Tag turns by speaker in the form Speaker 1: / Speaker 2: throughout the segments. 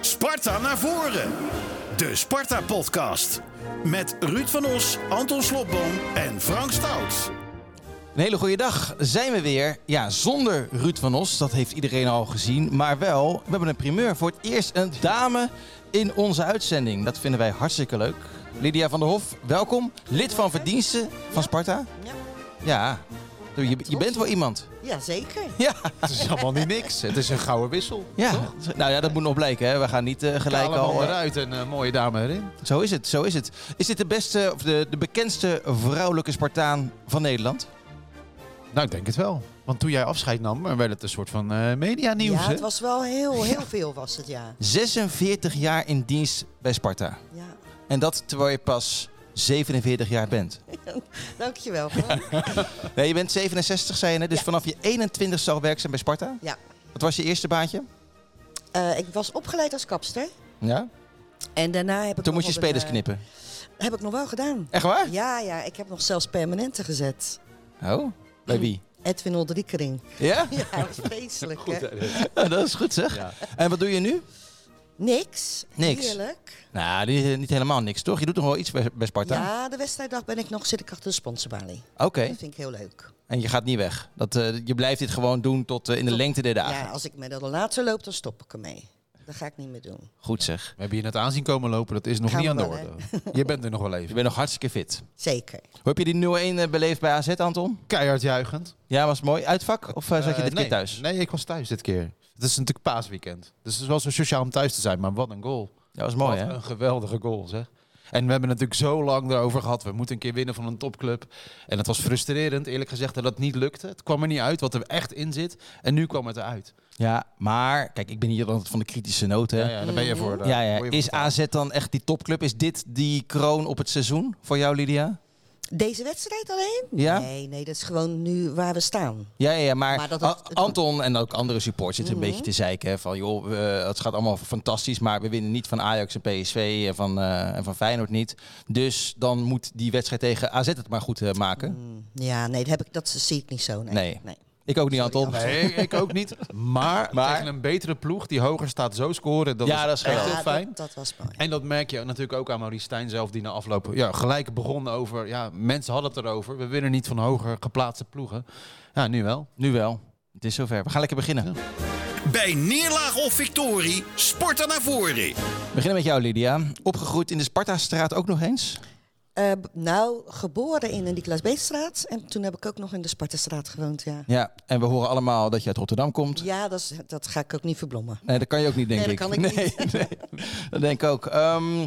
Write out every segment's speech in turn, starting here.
Speaker 1: Sparta naar voren. De Sparta Podcast. Met Ruud van Os, Anton Slobboom en Frank Stout.
Speaker 2: Een hele goede dag. Zijn we weer. Ja, zonder Ruud van Os. Dat heeft iedereen al gezien. Maar wel, we hebben een primeur. Voor het eerst een dame in onze uitzending. Dat vinden wij hartstikke leuk. Lydia van der Hof, welkom. Lid van Verdiensten van Sparta.
Speaker 3: Ja,
Speaker 2: Ja, je, je bent wel iemand.
Speaker 3: ja zeker.
Speaker 2: Ja,
Speaker 4: Het is allemaal niet niks. Het is een gouden wissel.
Speaker 2: ja. nou ja, dat moet nog blijken. Hè. We gaan niet eh, gelijk
Speaker 4: Kale
Speaker 2: al...
Speaker 4: man
Speaker 2: eh,
Speaker 4: eruit en een mooie dame erin.
Speaker 2: zo is het, zo is het. Is dit de beste, of de, de bekendste vrouwelijke Spartaan van Nederland?
Speaker 4: Nou, ik denk het wel. Want toen jij afscheid nam, eh, werd het een soort van eh media nieuws.
Speaker 3: ja, het was wel heel, heel veel was het, ja.
Speaker 2: 46 jaar in dienst bij Sparta.
Speaker 3: ja.
Speaker 2: En dat terwijl je pas 47 jaar bent.
Speaker 3: Dankjewel. Frank.
Speaker 2: Nee, je bent 67, zei je net. Dus
Speaker 3: Ja.
Speaker 2: vanaf je 21ste al werkzaam bij Sparta.
Speaker 3: Ja.
Speaker 2: Wat was je eerste baantje?
Speaker 3: Eh, ik was opgeleid als kapster.
Speaker 2: Ja.
Speaker 3: En daarna heb ik
Speaker 2: Toen
Speaker 3: nog
Speaker 2: moest je
Speaker 3: wel een,
Speaker 2: spelers
Speaker 3: eh,
Speaker 2: knippen.
Speaker 3: Heb ik nog wel gedaan.
Speaker 2: Echt waar?
Speaker 3: Ja, ja, ik heb nog zelfs permanente gezet.
Speaker 2: Oh, bij wie?
Speaker 3: Edwin Oldriekering.
Speaker 2: Ja?
Speaker 3: Ja, dat was vreselijk, hè?
Speaker 2: Dat is goed zeg.
Speaker 4: Ja.
Speaker 2: En wat doe je nu?
Speaker 3: Niks.
Speaker 2: Niks.
Speaker 3: Heerlijk.
Speaker 2: Nou, niet, niet helemaal niks toch? Je doet nog wel iets bij, bij Sparta?
Speaker 3: Ja, de wedstrijddag ben ik nog, zit ik achter de sponsorbalie.
Speaker 2: Oké,
Speaker 3: Dat vind ik heel leuk.
Speaker 2: en je gaat niet weg. Dat, eh, je blijft dit gewoon doen tot eh, in de
Speaker 3: Tot-
Speaker 2: lengte der dagen.
Speaker 3: Ja, als ik met de later loop, dan stop ik ermee. Dat ga ik niet meer doen.
Speaker 2: Goed zeg.
Speaker 4: We hebben je net aanzien komen lopen. Dat is nog
Speaker 3: Gaan
Speaker 4: niet
Speaker 3: we
Speaker 4: aan de
Speaker 3: wel,
Speaker 4: orde. Je bent er nog wel
Speaker 2: Je
Speaker 4: even.
Speaker 2: bent nog hartstikke fit.
Speaker 3: Zeker.
Speaker 2: Hoe heb je die 0-1 eh, beleefd bij AZ, Anton?
Speaker 4: Keihard juichend.
Speaker 2: Ja, was het mooi. Uitvak? Of eh, zat je
Speaker 4: Eh,
Speaker 2: dit
Speaker 4: nee.
Speaker 2: keer thuis?
Speaker 4: Nee, ik was thuis dit keer. Het is natuurlijk paasweekend. Dus het is wel zo sociaal om thuis te zijn. Maar wat een goal.
Speaker 2: Dat was mooi,
Speaker 4: wat
Speaker 2: hè?
Speaker 4: een geweldige goal, zeg. En we hebben het natuurlijk zo lang erover gehad. We moeten een keer winnen van een topclub. En het was frustrerend, eerlijk gezegd, dat dat niet lukte. Het kwam er niet uit wat er echt in zit. En nu kwam het eruit.
Speaker 2: Ja, maar kijk, ik ben hier dan van de kritische noten.
Speaker 4: Ja,
Speaker 2: hè.
Speaker 4: ja, daar ben je voor. daar
Speaker 2: Ja, ja.
Speaker 4: word je
Speaker 2: Is
Speaker 4: voor betaald.
Speaker 2: AZ dan echt die topclub? Is dit die kroon op het seizoen voor jou, Lydia?
Speaker 3: Deze wedstrijd alleen?
Speaker 2: Ja?
Speaker 3: Nee, nee, dat is gewoon nu waar we staan.
Speaker 2: Ja, ja, ja, maar, Mhm.
Speaker 3: Maar dat-
Speaker 2: A- Anton en ook andere supporters zitten een beetje te zeiken. hè, Van joh, eh, het gaat allemaal fantastisch, maar we winnen niet van Ajax en PSV en van, eh, en van Feyenoord niet. Dus dan moet die wedstrijd tegen AZ het maar goed eh, maken.
Speaker 3: Ja, nee, dat, heb ik, dat zie ik niet zo. Nee.
Speaker 2: Nee. Ik ook niet, Anton.
Speaker 4: Nee, ik ook niet. Maar,
Speaker 2: Maar-
Speaker 4: tegen een betere ploeg die hoger staat, zo scoren. Dat
Speaker 2: Ja,
Speaker 4: is
Speaker 2: dat is
Speaker 4: echt
Speaker 2: geweldig.
Speaker 4: heel
Speaker 3: Ja,
Speaker 4: fijn.
Speaker 3: Dat, dat was mooi.
Speaker 4: En dat merk je natuurlijk ook aan Maurice Stijn zelf, die na afloop ja, gelijk begon over... Ja, mensen hadden het erover. We winnen niet van hoger geplaatste ploegen. Ja, nu wel.
Speaker 2: Nu wel. Het is zover. We gaan lekker beginnen. We
Speaker 1: Bij neerlaag of victorie, Sparta naar voren.
Speaker 2: beginnen met jou, Lydia. Opgegroeid in de Sparta-straat ook nog eens?
Speaker 3: Eh, b- nou, geboren in de Niklaas Beestraat. En toen heb ik ook nog in de Spartastraat gewoond, ja.
Speaker 2: Ja, en we horen allemaal dat je uit Rotterdam komt.
Speaker 3: Ja, dat, is, dat ga ik ook niet verblommen.
Speaker 2: Nee, dat kan je ook niet, denk
Speaker 3: Nee,
Speaker 2: ik.
Speaker 3: dat kan ik
Speaker 2: nee, nee, dat denk ik ook. Ehm,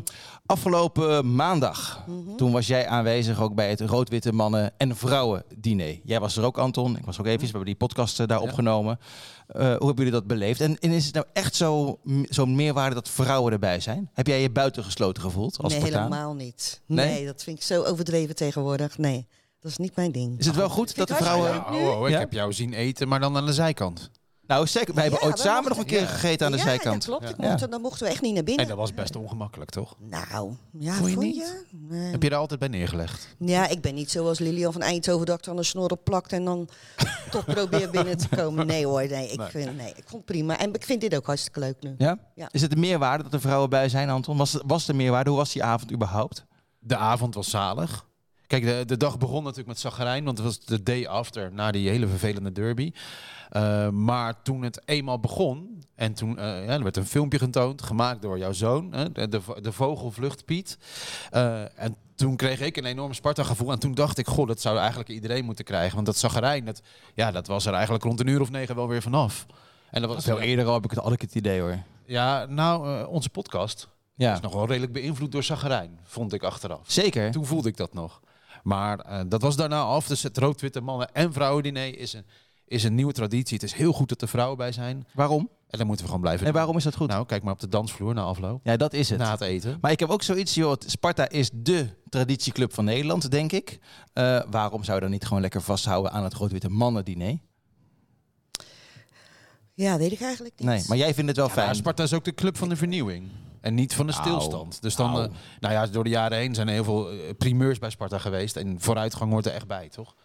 Speaker 2: afgelopen maandag,
Speaker 3: Mhm.
Speaker 2: toen was jij aanwezig ook bij het Rood-Witte Mannen- en Vrouwen-diner. Jij was er ook, Anton. Ik was ook even. We hebben die podcast eh, daar opgenomen. Eh, hoe hebben jullie dat beleefd? En, en is het nou echt zo- m- zo'n meerwaarde dat vrouwen erbij zijn? Heb jij je buitengesloten gevoeld als
Speaker 3: nee,
Speaker 2: Spartaan?
Speaker 3: helemaal niet.
Speaker 2: Nee?
Speaker 3: Nee? dat vind ik zo overdreven tegenwoordig. Nee, dat is niet mijn ding.
Speaker 2: Is het wel goed dat de vrouwen...
Speaker 4: Ja, oh, oh, ik
Speaker 2: Ja?
Speaker 4: heb jou zien eten, maar dan aan de zijkant.
Speaker 2: Nou, zeker. Wij hebben
Speaker 3: Ja,
Speaker 2: ooit
Speaker 3: we
Speaker 2: samen
Speaker 3: mochten-
Speaker 2: nog een keer
Speaker 4: Ja.
Speaker 2: gegeten aan de
Speaker 3: ja,
Speaker 2: zijkant.
Speaker 3: Ja, klopt. Ik
Speaker 2: Ja.
Speaker 3: mocht, dan mochten we echt niet naar
Speaker 4: En
Speaker 3: binnen.
Speaker 4: dat was best ongemakkelijk, toch?
Speaker 3: Nou, ja,
Speaker 4: Vond
Speaker 3: vond
Speaker 4: je
Speaker 3: je?
Speaker 4: niet?
Speaker 3: Nee.
Speaker 4: Heb je daar altijd bij neergelegd?
Speaker 3: Ja, ik ben niet zoals Lilian van Eindhoven dat ik dan een snor op plakt en dan toch probeer binnen te komen. Nee hoor, nee ik, Vind, nee. ik vond het prima. En ik vind dit ook hartstikke leuk nu.
Speaker 2: Ja?
Speaker 3: Ja.
Speaker 2: Is het de meerwaarde dat er vrouwen bij zijn, Anton? Was, was de meerwaarde? Hoe was die avond überhaupt?
Speaker 4: De avond was zalig. Kijk, de, de dag begon natuurlijk met zagrijn, want het was de day after, na die hele vervelende derby. Eh, maar toen het eenmaal begon, en toen eh, ja, er werd een filmpje getoond, gemaakt door jouw zoon, hè, de, de, de vogelvlucht Piet. Eh, en toen kreeg ik een enorm Sparta-gevoel. En toen dacht ik, goh, dat zou eigenlijk iedereen moeten krijgen. Want dat zagrijn, dat, ja, dat was er eigenlijk rond een uur of negen wel weer vanaf. En dat was
Speaker 2: Veel eerder al heb ik het, had ik het idee hoor. Dus
Speaker 4: Ja, nou, eh, onze podcast
Speaker 2: Ja,
Speaker 4: is nog wel redelijk beïnvloed door zagrijn, vond ik achteraf.
Speaker 2: zeker.
Speaker 4: Toen voelde ik dat nog. Maar eh, dat was daarna af. Dus het rood-witte mannen- en vrouwendiner is een, is een nieuwe traditie. Het is heel goed dat er vrouwen bij zijn.
Speaker 2: Waarom?
Speaker 4: En dan moeten we gewoon blijven
Speaker 2: En waarom is dat goed?
Speaker 4: doen. Nou, kijk maar op de dansvloer na afloop.
Speaker 2: ja, dat is het.
Speaker 4: Na het eten.
Speaker 2: maar ik heb ook zoiets, joh, het- Sparta is dé traditieclub van Nederland, denk ik. Eh, waarom zou je dan niet gewoon lekker vasthouden aan het Groot-Witte Mannen-diner?
Speaker 3: Ja, weet ik eigenlijk niet.
Speaker 2: Nee, maar jij vindt het wel
Speaker 4: Ja, maar
Speaker 2: fijn.
Speaker 4: Sparta is ook de club van de vernieuwing. En niet van de
Speaker 2: Au.
Speaker 4: stilstand. Dus dan,
Speaker 2: Au.
Speaker 4: eh, nou ja, door de jaren heen zijn er heel veel eh, primeurs bij Sparta geweest. En vooruitgang hoort er echt bij, toch?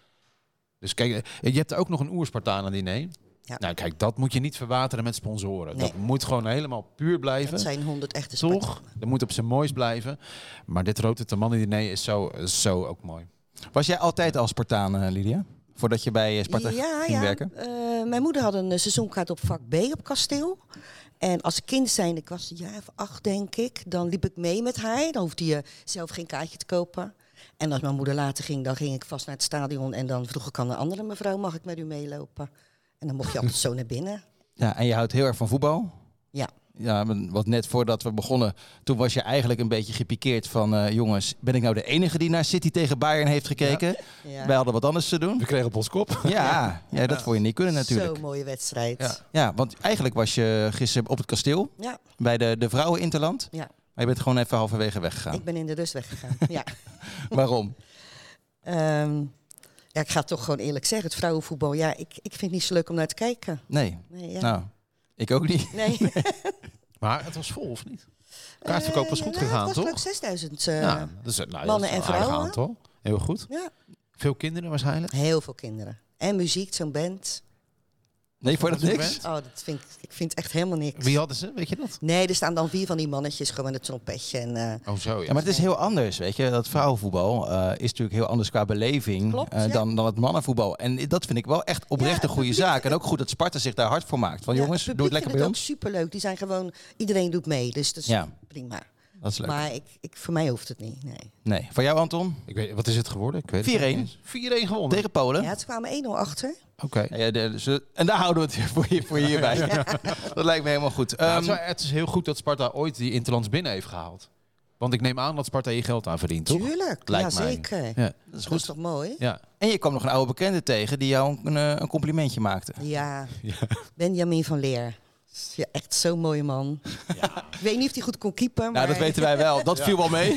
Speaker 4: Dus kijk, eh, je hebt er ook nog een oerspartanen diner.
Speaker 3: Ja.
Speaker 4: Nou, kijk, dat moet je niet verwateren met sponsoren.
Speaker 3: Nee.
Speaker 4: Dat moet gewoon helemaal puur blijven.
Speaker 3: Dat zijn honderd echte
Speaker 4: Toch?
Speaker 3: Spartanen.
Speaker 4: Dat moet op zijn moois blijven. Maar dit Rote mannen diner is zo, is zo ook mooi.
Speaker 2: Was jij altijd al Spartaan, eh, Lydia? Voordat je bij eh, Sparta
Speaker 3: ja,
Speaker 2: ging
Speaker 3: ja.
Speaker 2: werken?
Speaker 3: Eh, mijn moeder had een eh, seizoenkaart op vak B op kasteel. En als kind zijn, ik was een jaar of acht denk ik, dan liep ik mee met haar. Dan hoefde je zelf geen kaartje te kopen. En als mijn moeder later ging, dan ging ik vast naar het stadion. En dan vroeg ik aan een andere mevrouw, mag ik met u meelopen? En dan mocht je altijd zo naar binnen.
Speaker 2: Ja, en je houdt heel erg van voetbal.
Speaker 3: Ja,
Speaker 2: Ja, men- want net voordat we begonnen, toen was je eigenlijk een beetje gepikeerd van... eh, jongens, ben ik nou de enige die naar City tegen Bayern heeft gekeken?
Speaker 3: Ja.
Speaker 2: Wij hadden wat anders te doen.
Speaker 4: We kregen op ons kop.
Speaker 2: Ja, ja dat vond je niet kunnen natuurlijk.
Speaker 3: zo'n mooie wedstrijd. Ja.
Speaker 2: Ja, want eigenlijk was je gisteren op het kasteel
Speaker 3: Ja,
Speaker 2: bij de, de vrouwen Interland.
Speaker 3: ja,
Speaker 2: Maar je bent gewoon even halverwege weggegaan.
Speaker 3: ik ben in de rust weggegaan. ja.
Speaker 2: Waarom?
Speaker 3: Ehm, ja, ik ga het toch gewoon eerlijk zeggen. Het vrouwenvoetbal, ja, ik, ik vind het niet zo leuk om naar te kijken.
Speaker 2: Nee.
Speaker 3: Nee, ja.
Speaker 2: Nou, ik ook niet.
Speaker 3: nee.
Speaker 4: Maar het was vol, of niet? Kaartverkoop was
Speaker 3: Eh,
Speaker 4: goed
Speaker 3: ja,
Speaker 4: gegaan,
Speaker 3: het was
Speaker 4: toch?
Speaker 3: leuk, 6000. eh,
Speaker 4: ja, dus, nou, dat
Speaker 3: mannen
Speaker 4: is
Speaker 3: en
Speaker 4: een aardig
Speaker 3: vrouwen.
Speaker 4: aantal. Heel goed.
Speaker 3: ja.
Speaker 4: Veel kinderen waarschijnlijk.
Speaker 3: Heel veel kinderen. En muziek, zo'n band.
Speaker 2: Nee, voor dat
Speaker 4: Wat
Speaker 2: niks.
Speaker 4: moment?
Speaker 3: Oh, dat vind ik, ik vind echt helemaal niks.
Speaker 4: Wie hadden ze? Weet je dat?
Speaker 3: Nee, er staan dan vier van die mannetjes gewoon met een trompetje. En, eh,
Speaker 4: Oh, zo ja.
Speaker 2: Ja, maar het is heel anders, weet je. Dat vrouwenvoetbal eh, is natuurlijk heel anders qua beleving
Speaker 3: Klopt,
Speaker 2: eh,
Speaker 3: ja.
Speaker 2: dan, dan het mannenvoetbal. En dat vind ik wel echt
Speaker 3: Ja,
Speaker 2: oprecht
Speaker 3: het
Speaker 2: een goede
Speaker 3: publiek-
Speaker 2: zaak. En ook goed dat Sparta zich daar hard voor maakt. Van
Speaker 3: ja,
Speaker 2: jongens, doe het
Speaker 3: publiek
Speaker 2: lekker
Speaker 3: vindt
Speaker 2: bij
Speaker 3: ook
Speaker 2: ons.
Speaker 3: superleuk. Die zijn gewoon, iedereen doet mee. Dus dat is
Speaker 2: Ja.
Speaker 3: prima.
Speaker 2: Dat is leuk.
Speaker 3: Maar ik, ik, voor mij hoeft het niet. Nee.
Speaker 2: Nee, voor jou Anton,
Speaker 4: Ik weet, wat is het geworden? Ik weet het
Speaker 2: 4-1.
Speaker 4: niet eens. 4-1 gewonnen.
Speaker 2: tegen Polen.
Speaker 3: Ja, ze kwamen 1-0 achter.
Speaker 4: Oké.
Speaker 2: Ja, ja, de- ze- en daar houden we het voor, je, voor je hierbij. Dat lijkt me helemaal goed.
Speaker 4: Nou,
Speaker 2: Ehm,
Speaker 4: het, is wel- het is heel goed dat Sparta ooit die Interlands binnen heeft gehaald. Want ik neem aan dat Sparta je geld aan verdient, toch?
Speaker 3: Tuurlijk.
Speaker 4: Lijkt mij.
Speaker 3: Jazeker.
Speaker 4: Ja.
Speaker 3: Dat is, toch mooi?
Speaker 4: ja.
Speaker 2: en je kwam nog een oude bekende tegen die jou een, eh, een complimentje maakte.
Speaker 3: Ja. Benjamin van Leer. Ja, echt zo'n mooie man. Ik weet niet of hij goed kon keeper, maar,
Speaker 2: Nou, dat weten wij wel. Dat viel wel mee.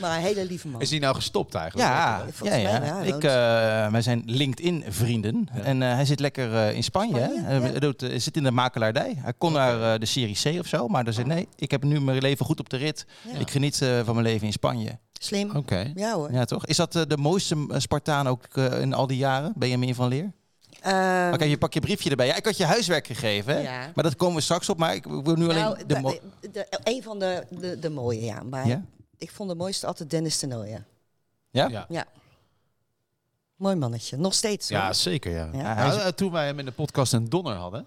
Speaker 3: maar een hele lieve man.
Speaker 4: Is die nou gestopt eigenlijk?
Speaker 2: Ja, ja,
Speaker 3: mij
Speaker 2: ja.
Speaker 3: wel, hij
Speaker 2: Ik,
Speaker 3: woont-
Speaker 2: eh, wij zijn LinkedIn-vrienden. En eh, hij zit lekker eh, in Spanje. hè.
Speaker 3: Spanje,
Speaker 2: Eh,
Speaker 3: ja.
Speaker 2: hij doet, eh, zit in de makelaardij. Hij kon naar eh, de Serie C of zo. Maar dan zei hij, nee, ik heb nu mijn leven goed op de rit.
Speaker 3: Oh. Ja.
Speaker 2: Ik geniet eh, van mijn leven in Spanje.
Speaker 3: Slim.
Speaker 4: Oké.
Speaker 3: Ja hoor.
Speaker 2: Ja, toch? Is dat eh, de mooiste eh, Spartaan ook eh, in al die jaren? Benjamin van Leer?
Speaker 3: Ehm,
Speaker 2: Oké, je pak je briefje erbij. Ja, ik had je huiswerk gegeven. hè?
Speaker 3: Ja.
Speaker 2: Maar dat komen we straks op. Maar ik wil nu alleen
Speaker 3: nou,
Speaker 2: de...
Speaker 3: de-
Speaker 2: mo-
Speaker 3: de- de- een van de, de, de mooie, ja. Maar
Speaker 2: Ja?
Speaker 3: ik vond de mooiste altijd Dennis de Nooijen.
Speaker 2: Ja?
Speaker 4: Ja.
Speaker 3: Ja. Mooi mannetje. Nog steeds. hoor.
Speaker 4: Ja, zeker ja.
Speaker 3: Ja.
Speaker 4: Ja,
Speaker 2: hij is-
Speaker 4: eh, toen wij hem in de podcast een donner hadden,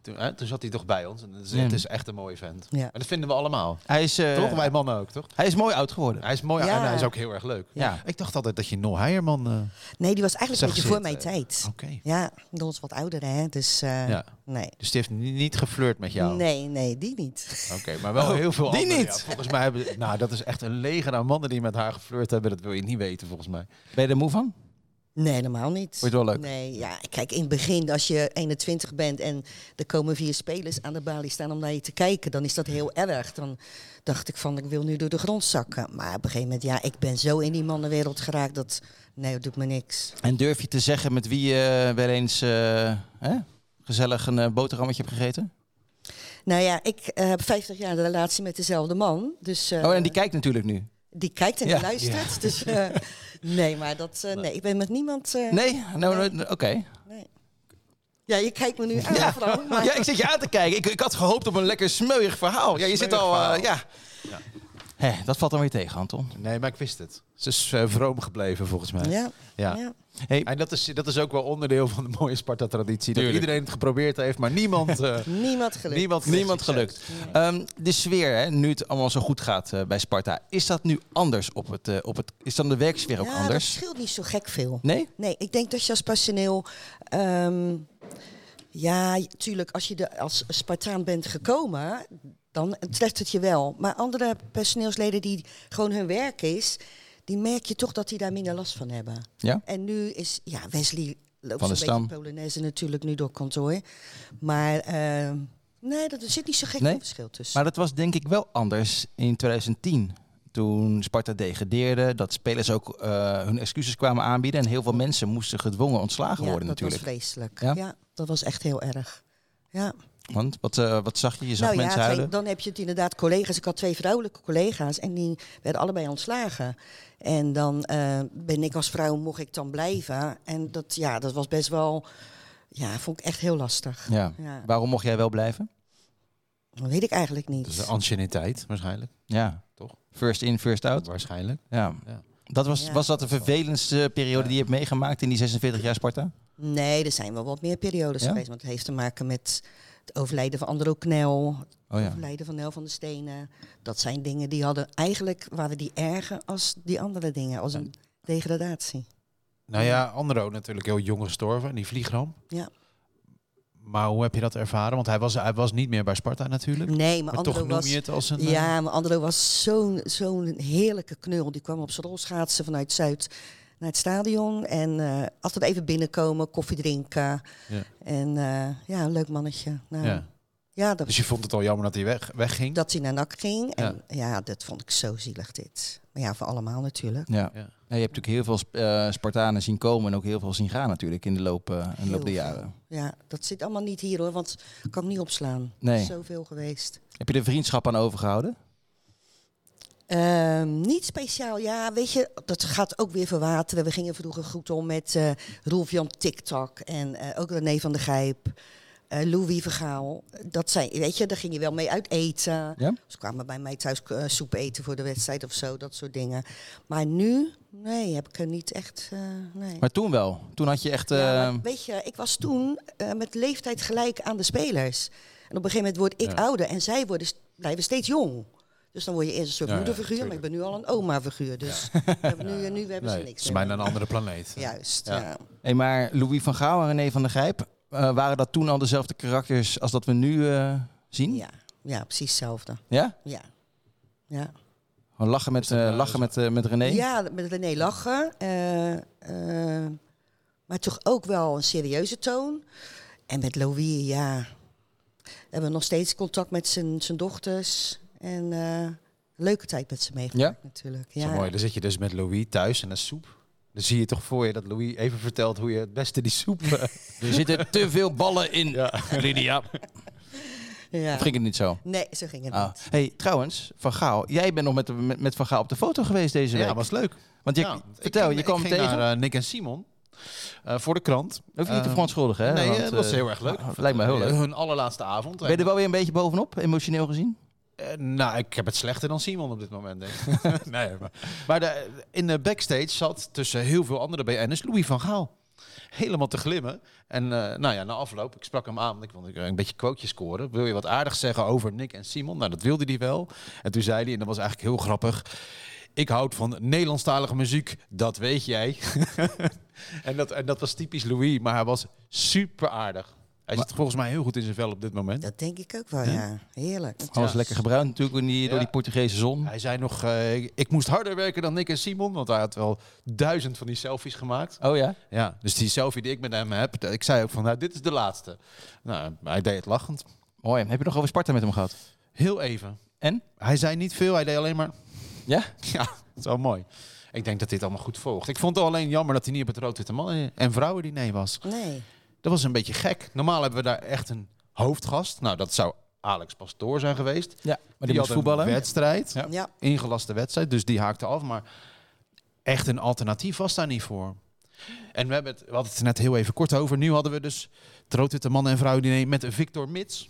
Speaker 4: toen, eh, toen zat hij toch bij ons. En het is-
Speaker 2: Ja.
Speaker 4: Het is echt een mooi event.
Speaker 3: Ja.
Speaker 4: En dat vinden we allemaal.
Speaker 2: Hij is, eh,
Speaker 4: toch? Wij mannen ook, toch?
Speaker 2: hij is mooi oud geworden.
Speaker 4: Hij is mooi
Speaker 3: Ja.
Speaker 4: en hij is ook heel erg leuk.
Speaker 2: Ja.
Speaker 4: Ik dacht altijd dat je Nol Heijerman... eh,
Speaker 3: Nee, die was eigenlijk
Speaker 4: Zag
Speaker 3: een beetje voor mijn
Speaker 4: zitten.
Speaker 3: tijd.
Speaker 4: Oké.
Speaker 3: Ja, door ons wat ouder, hè. Dus eh,
Speaker 4: Ja.
Speaker 3: nee.
Speaker 4: Dus die heeft ni- niet geflirt met jou?
Speaker 3: Nee, nee, die niet.
Speaker 4: Oké, maar wel
Speaker 2: Oh,
Speaker 4: heel veel
Speaker 2: die
Speaker 4: anderen, ja.
Speaker 2: niet.
Speaker 4: volgens mij hebben... Nou, dat is echt een leger aan mannen die met haar geflirt hebben. Dat wil je niet weten, volgens mij.
Speaker 2: Ben je er moe van?
Speaker 3: Nee, helemaal niet.
Speaker 2: Vond je het wel leuk?
Speaker 3: Nee, ja, kijk, in het begin, als je 21 bent en er komen vier spelers aan de balie staan om naar je te kijken, dan is dat heel erg. Dan dacht ik van, ik wil nu door de grond zakken. Maar op een gegeven moment, ja, ik ben zo in die mannenwereld geraakt, dat, nee, dat doet me niks.
Speaker 2: En durf je te zeggen met wie je wel eens eh, hè, gezellig een eh, boterhammetje hebt gegeten?
Speaker 3: Nou ja, ik eh, heb 50 jaar de relatie met dezelfde man, dus eh,
Speaker 2: oh, en die kijkt natuurlijk nu.
Speaker 3: die kijkt en
Speaker 2: Ja.
Speaker 3: die luistert. Dus eh, nee, maar dat, eh, nee, ik ben met niemand... eh,
Speaker 2: Nee? Nou, nou, oké.
Speaker 3: nee. Ja, je kijkt me nu aan, Frank, maar...
Speaker 2: Ja, ik zit je aan te kijken. Ik, ik had gehoopt op een lekker smeuig verhaal. Ja, je zit
Speaker 4: Smeuig
Speaker 2: al... eh,
Speaker 4: verhaal.
Speaker 2: ja. Hè, dat valt dan weer tegen, Anton.
Speaker 4: Nee, maar ik wist het. Ze is eh, vroom gebleven, volgens mij.
Speaker 3: Ja,
Speaker 4: Ja.
Speaker 3: ja.
Speaker 2: Hey,
Speaker 4: En dat is, dat is ook wel onderdeel van de mooie Sparta-traditie. Dat
Speaker 2: Tuurlijk.
Speaker 4: iedereen het geprobeerd heeft, maar niemand... eh,
Speaker 3: niemand gelukt.
Speaker 4: niemand,
Speaker 2: niemand gelukt. Ehm, de sfeer, hè, nu het allemaal zo goed gaat eh, bij Sparta. Is dat nu anders op het... eh, op het is dan de werksfeer ook
Speaker 3: ja, dat
Speaker 2: anders?
Speaker 3: scheelt niet zo gek veel.
Speaker 2: Nee?
Speaker 3: Nee, ik denk dat je als personeel. ehm, ja, tuurlijk, als je de, als Spartaan bent gekomen, dan treft het je wel. Maar andere personeelsleden die gewoon hun werk is, die merk je toch dat die daar minder last van hebben.
Speaker 2: Ja?
Speaker 3: En nu is, ja, Wesley loopt
Speaker 2: de
Speaker 3: een beetje
Speaker 2: Stam.
Speaker 3: Polonaise natuurlijk nu door kantoor. Maar ehm, nee, dat, er zit niet zo gek
Speaker 2: Nee?
Speaker 3: veel verschil tussen.
Speaker 2: Maar dat was denk ik wel anders in 2010. Toen Sparta degradeerde, dat spelers ook eh, hun excuses kwamen aanbieden. En heel veel mensen moesten gedwongen ontslagen
Speaker 3: ja, dat
Speaker 2: worden natuurlijk.
Speaker 3: was vreselijk.
Speaker 2: Ja?
Speaker 3: Ja? dat was echt heel erg. Ja.
Speaker 2: Want wat, eh, wat zag je? Je zag
Speaker 3: nou
Speaker 2: mensen
Speaker 3: ja, twee-
Speaker 2: huilen.
Speaker 3: dan heb je het inderdaad collega's. Ik had twee vrouwelijke collega's en die werden allebei ontslagen. En dan eh, ben ik als vrouw, mocht ik dan blijven. En dat, ja, dat was best wel Ja, vond ik echt heel lastig.
Speaker 2: Ja.
Speaker 3: Ja.
Speaker 2: Waarom mocht jij wel blijven?
Speaker 3: Dat weet ik eigenlijk niet.
Speaker 2: Dus
Speaker 4: Dat is de anciëniteit waarschijnlijk.
Speaker 2: Ja.
Speaker 4: Toch?
Speaker 2: First in, first out.
Speaker 4: Waarschijnlijk.
Speaker 2: Ja.
Speaker 4: Ja.
Speaker 2: Dat was,
Speaker 3: Ja.
Speaker 2: was dat de vervelendste periode die je hebt meegemaakt in die 46 jaar Sparta?
Speaker 3: Nee, er zijn wel wat meer periodes
Speaker 2: Ja?
Speaker 3: geweest. Want het heeft te maken met het overlijden van Andro Knel,
Speaker 2: Oh ja.
Speaker 3: overlijden van Nel van de Stenen. Dat zijn dingen die hadden eigenlijk waren die erger als die andere dingen, als een degradatie.
Speaker 4: Nou ja, Andro natuurlijk heel jong gestorven, in die vliegramp.
Speaker 3: Ja.
Speaker 4: Maar hoe heb je dat ervaren? Want hij was, hij was niet meer bij Sparta natuurlijk.
Speaker 3: Nee, maar,
Speaker 4: Maar
Speaker 3: Andro
Speaker 4: toch noem
Speaker 3: was.
Speaker 4: je het als een... eh,
Speaker 3: Ja, maar Andro was zo'n zo'n heerlijke knul. Die kwam op zijn rolschaatsen vanuit Zuid naar het stadion. En eh, altijd even binnenkomen, koffie drinken.
Speaker 4: Ja.
Speaker 3: En eh, ja, een leuk mannetje. Nou,
Speaker 4: eh, ja.
Speaker 3: ja. dat,
Speaker 4: Dus je vond het al jammer dat hij weg, wegging?
Speaker 3: dat hij naar NAC ging. En ja. dat vond ik zo zielig dit. Maar ja, voor allemaal natuurlijk.
Speaker 2: Ja.
Speaker 4: Ja.
Speaker 2: Nee, je hebt natuurlijk heel veel Sp- eh, Spartanen zien komen en ook heel veel zien gaan natuurlijk in de loop, eh, in de, loop
Speaker 3: Heel
Speaker 2: der
Speaker 3: veel.
Speaker 2: jaren.
Speaker 3: Ja, dat zit allemaal niet hier hoor, want ik kan hem niet opslaan.
Speaker 2: Nee.
Speaker 3: Zoveel geweest.
Speaker 2: Heb je er vriendschap aan overgehouden?
Speaker 3: Ehm, niet speciaal. Ja, weet je, dat gaat ook weer verwateren. We gingen vroeger goed om met eh Rolf Jan TikTok en eh, ook René van der Gijp. eh, Louis Vergaal. Dat zijn, weet je, daar ging je wel mee uit eten.
Speaker 2: Ja?
Speaker 3: Ze kwamen bij mij thuis eh, soep eten voor de wedstrijd of zo, dat soort dingen. Maar nu, nee, heb ik er niet echt. eh, nee.
Speaker 2: Maar toen wel. Toen had je echt...
Speaker 3: Ja,
Speaker 2: eh,
Speaker 4: ehm,
Speaker 3: maar weet je, ik was toen eh, met leeftijd gelijk aan de spelers. En op een gegeven moment word ik
Speaker 4: Ja.
Speaker 3: ouder en zij worden st- blijven steeds jong. Dus dan word je eerst een soort
Speaker 4: Ja, ja,
Speaker 3: moederfiguur, maar ik ben nu al een oma-figuur. Dus we hebben nu, nu hebben
Speaker 4: Nee,
Speaker 3: ze
Speaker 4: het
Speaker 3: niks
Speaker 4: is
Speaker 3: meer.
Speaker 4: bijna een andere planeet.
Speaker 3: Juist,
Speaker 4: Ja.
Speaker 3: ja.
Speaker 2: hey, maar Louis van Gaal en René van der Gijp, eh, waren dat toen al dezelfde karakters als dat we nu eh, zien?
Speaker 3: Ja. ja, precies hetzelfde.
Speaker 2: Ja?
Speaker 3: Ja. Ja.
Speaker 2: Gewoon lachen met, eh, lachen met, eh, met René?
Speaker 3: ja, met René lachen. eh, eh, maar toch ook wel een serieuze toon. En met Louis, ja. We hebben nog steeds contact met zijn zijn dochters. En eh, een leuke tijd met ze meegemaakt natuurlijk.
Speaker 4: Zo
Speaker 3: Ja.
Speaker 4: mooi. Dan zit je dus met Louis thuis en een soep. Dan zie je toch voor je dat Louis even vertelt hoe je het beste die soep... eh,
Speaker 2: Er zitten te veel ballen in,
Speaker 4: Ja.
Speaker 2: Lydia.
Speaker 3: Ja.
Speaker 2: Of ging het niet zo?
Speaker 3: Nee, zo ging het
Speaker 2: Ah.
Speaker 3: niet.
Speaker 2: Hey, trouwens, Van Gaal. Jij bent nog met, met, met Van Gaal op de foto geweest deze week.
Speaker 4: ja, was leuk.
Speaker 2: Want je,
Speaker 4: Ja, ik
Speaker 2: vertel,
Speaker 4: ging-
Speaker 2: je
Speaker 4: ik
Speaker 2: kwam
Speaker 4: ging
Speaker 2: tegen.
Speaker 4: naar eh, Nick en Simon eh, voor de krant.
Speaker 2: Hoef je niet te
Speaker 4: Eh,
Speaker 2: verontschuldigen, hè?
Speaker 4: Nee,
Speaker 2: want,
Speaker 4: het was
Speaker 2: eh,
Speaker 4: heel erg leuk.
Speaker 2: nou, lijkt me heel leuk.
Speaker 4: Hun allerlaatste avond.
Speaker 2: Ben je er wel weer een beetje bovenop, emotioneel gezien?
Speaker 4: Eh, nou, ik heb het slechter dan Simon op dit moment, denk ik. nee, maar maar de, in de backstage zat tussen heel veel andere BN'ers Louis van Gaal. Helemaal te glimmen. En eh, nou ja, na afloop, ik sprak hem aan, want ik wilde een beetje quotejes scoren. Wil je wat aardigs zeggen over Nick en Simon? Nou, dat wilde hij wel. En toen zei hij, en dat was eigenlijk heel grappig... Ik houd van Nederlandstalige muziek, dat weet jij. en, dat, en dat was typisch Louis, maar hij was super aardig. Hij zit volgens mij heel goed in zijn vel op dit moment.
Speaker 3: Dat denk ik ook wel, ja. Heerlijk.
Speaker 2: Alles
Speaker 4: Ja.
Speaker 2: lekker gebruind natuurlijk door die, door die
Speaker 4: Ja.
Speaker 2: Portugese zon.
Speaker 4: Hij zei nog, eh, ik, ik moest harder werken dan Nick en Simon, want hij had wel duizend van die selfies gemaakt.
Speaker 2: Oh ja?
Speaker 4: Ja, dus die selfie die ik met hem heb, dat- ik zei ook van, nou, dit is de laatste. Nou, hij deed het lachend.
Speaker 2: Mooi. Heb je nog over Sparta met hem gehad?
Speaker 4: Heel even.
Speaker 2: En?
Speaker 4: Hij zei niet veel, hij deed alleen maar,
Speaker 2: Ja?
Speaker 4: ja, dat is wel mooi. Ik denk dat dit allemaal goed volgt. Ik vond het alleen jammer dat hij niet op het rood-witte man en vrouwendiner was.
Speaker 3: Nee.
Speaker 4: Dat was een beetje gek. Normaal hebben we daar echt een hoofdgast. Nou, dat zou Alex Pastoor zijn geweest.
Speaker 2: Ja. Maar die,
Speaker 4: had
Speaker 2: moest voetballen.
Speaker 4: een wedstrijd.
Speaker 2: Ja.
Speaker 3: Ja.
Speaker 4: ingelaste wedstrijd. Dus die haakte af. Maar echt een alternatief was daar niet voor. En we, hebben het, we hadden het er net heel even kort over. Nu hadden we dus het rood-witte mannen en vrouwen diner met Victor Mits.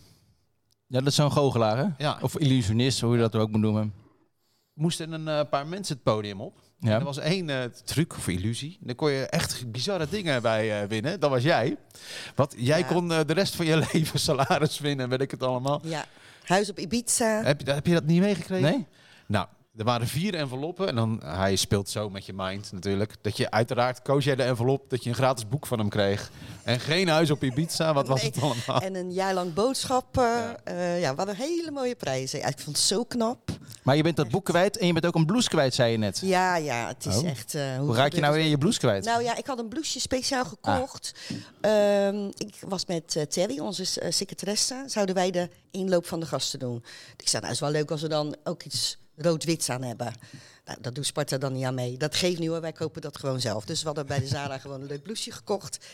Speaker 2: Ja, dat is zo'n goochelaar, hè?
Speaker 4: Ja.
Speaker 2: Of illusionist, hoe je dat ook moet noemen.
Speaker 4: Moesten een eh, paar mensen het podium op. En
Speaker 2: Ja.
Speaker 4: er was één eh, truc of illusie. Daar kon je echt bizarre dingen bij eh, winnen. Dat was jij. Want jij
Speaker 3: Ja.
Speaker 4: kon eh, de rest van je leven salaris winnen en weet ik het allemaal.
Speaker 3: ja. Huis op Ibiza.
Speaker 4: Heb, je, dat- heb je dat niet meegekregen?
Speaker 2: Nee?
Speaker 4: Nou, er waren vier enveloppen. En dan, hij speelt zo met je mind natuurlijk. Dat je uiteraard koos jij de envelop dat je een gratis boek van hem kreeg. En geen huis op Ibiza. Wat was
Speaker 3: Nee.
Speaker 4: het allemaal?
Speaker 3: En een jaar lang boodschappen. Ja. ja, we hadden hele mooie prijzen. Ja, ik vond het zo knap.
Speaker 2: Maar je bent dat boek kwijt en je bent ook een blouse kwijt, zei je net.
Speaker 3: Ja, ja, het is
Speaker 2: Oh.
Speaker 3: echt... eh,
Speaker 2: Hoe raak je nou weer je blouse kwijt?
Speaker 3: Nou ja, ik had een blouseje speciaal gekocht. Ehm, ik was met eh, Terry, onze s- eh, secretaresse, zouden wij de inloop van de gasten doen. Ik zei, nou is wel leuk als we dan ook iets rood-wits aan hebben. Nou, dat doet Sparta dan niet aan mee. Dat geeft niet hoor, wij kopen dat gewoon zelf. Dus we hadden bij de Zara gewoon een leuk blouseje gekocht.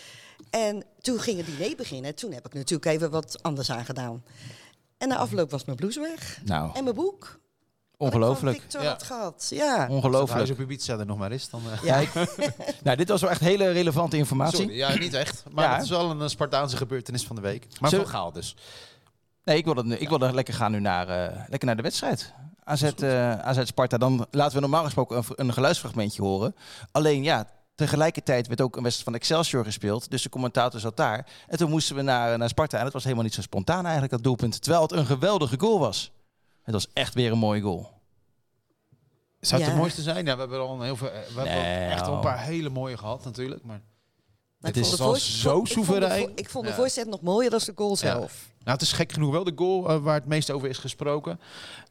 Speaker 3: En toen ging het diner beginnen. Toen heb ik natuurlijk even wat anders aangedaan. En na afloop was mijn blouse weg.
Speaker 2: Nou,
Speaker 3: En mijn boek.
Speaker 2: Ongelooflijk.
Speaker 3: Victor
Speaker 4: Ja.
Speaker 3: had gehad. Ja.
Speaker 4: Als
Speaker 2: Ongelooflijk.
Speaker 4: je op Ibiza er nog maar is, dan... eh,
Speaker 2: Ja, ik- nou, dit was wel echt hele relevante informatie.
Speaker 4: Sorry, ja, niet echt. Maar
Speaker 2: Ja,
Speaker 4: het
Speaker 2: hè?
Speaker 4: is wel een eh, Spartaanse gebeurtenis van de week. Maar
Speaker 2: Zullen-
Speaker 4: voor Gaal dus.
Speaker 2: Nee, ik wil, dat, nu- ik wil dat lekker gaan nu naar, eh, lekker naar de wedstrijd. AZ, eh, AZ Sparta, dan laten we normaal gesproken een, een geluidsfragmentje horen. Alleen ja, tegelijkertijd werd ook een wedstrijd van Excelsior gespeeld. Dus de commentator zat daar. En toen moesten we naar, naar Sparta. En het was helemaal niet zo spontaan eigenlijk, dat doelpunt. Terwijl het een geweldige goal was. Het was echt weer een mooie goal.
Speaker 4: Zou het
Speaker 3: Ja.
Speaker 4: het mooiste zijn? Ja, we hebben al een heel veel, eh, we hebben
Speaker 2: Nee,
Speaker 4: al echt wel een
Speaker 2: oh.
Speaker 4: paar hele mooie gehad natuurlijk. Maar
Speaker 3: Maar ik
Speaker 4: Dit
Speaker 3: vond
Speaker 4: is
Speaker 3: de
Speaker 4: wel
Speaker 3: voice-
Speaker 4: zo
Speaker 3: ik vond de vo-
Speaker 4: soeverein.
Speaker 3: Ik vond de
Speaker 4: Ja.
Speaker 3: voorzet nog mooier dan de goal zelf.
Speaker 4: nou, het is gek genoeg wel de goal eh, waar het meest over is gesproken.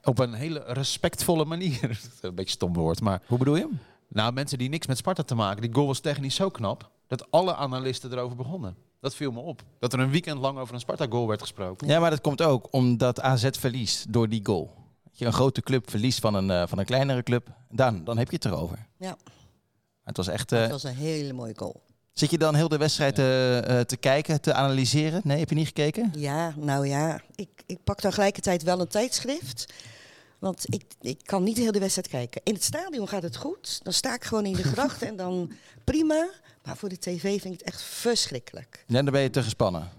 Speaker 4: Op een hele respectvolle manier. een beetje stom woord, maar
Speaker 2: Hoe bedoel je?
Speaker 4: nou, mensen die niks met Sparta te maken. Die goal was technisch zo knap dat alle analisten erover begonnen. Dat viel me op. Dat er een weekend lang over een Sparta-goal werd gesproken.
Speaker 2: Ja, maar dat komt ook omdat AZ verliest door die goal. Dat je een grote club verliest van een, eh, van een kleinere club. Dan, dan heb je het erover.
Speaker 3: Ja.
Speaker 2: Maar Het was echt...
Speaker 3: Dat
Speaker 2: eh,
Speaker 3: was een hele mooie goal.
Speaker 2: Zit je dan heel de wedstrijd eh, eh, te kijken, te analyseren? Nee, heb je niet gekeken?
Speaker 3: Ja, nou ja. Ik, ik pak tegelijkertijd wel een tijdschrift. Want ik, ik kan niet heel de wedstrijd kijken. In het stadion gaat het goed. Dan sta ik gewoon in de gracht en dan prima. Maar voor de tv vind ik het echt verschrikkelijk.
Speaker 2: Nee, dan ben je te gespannen.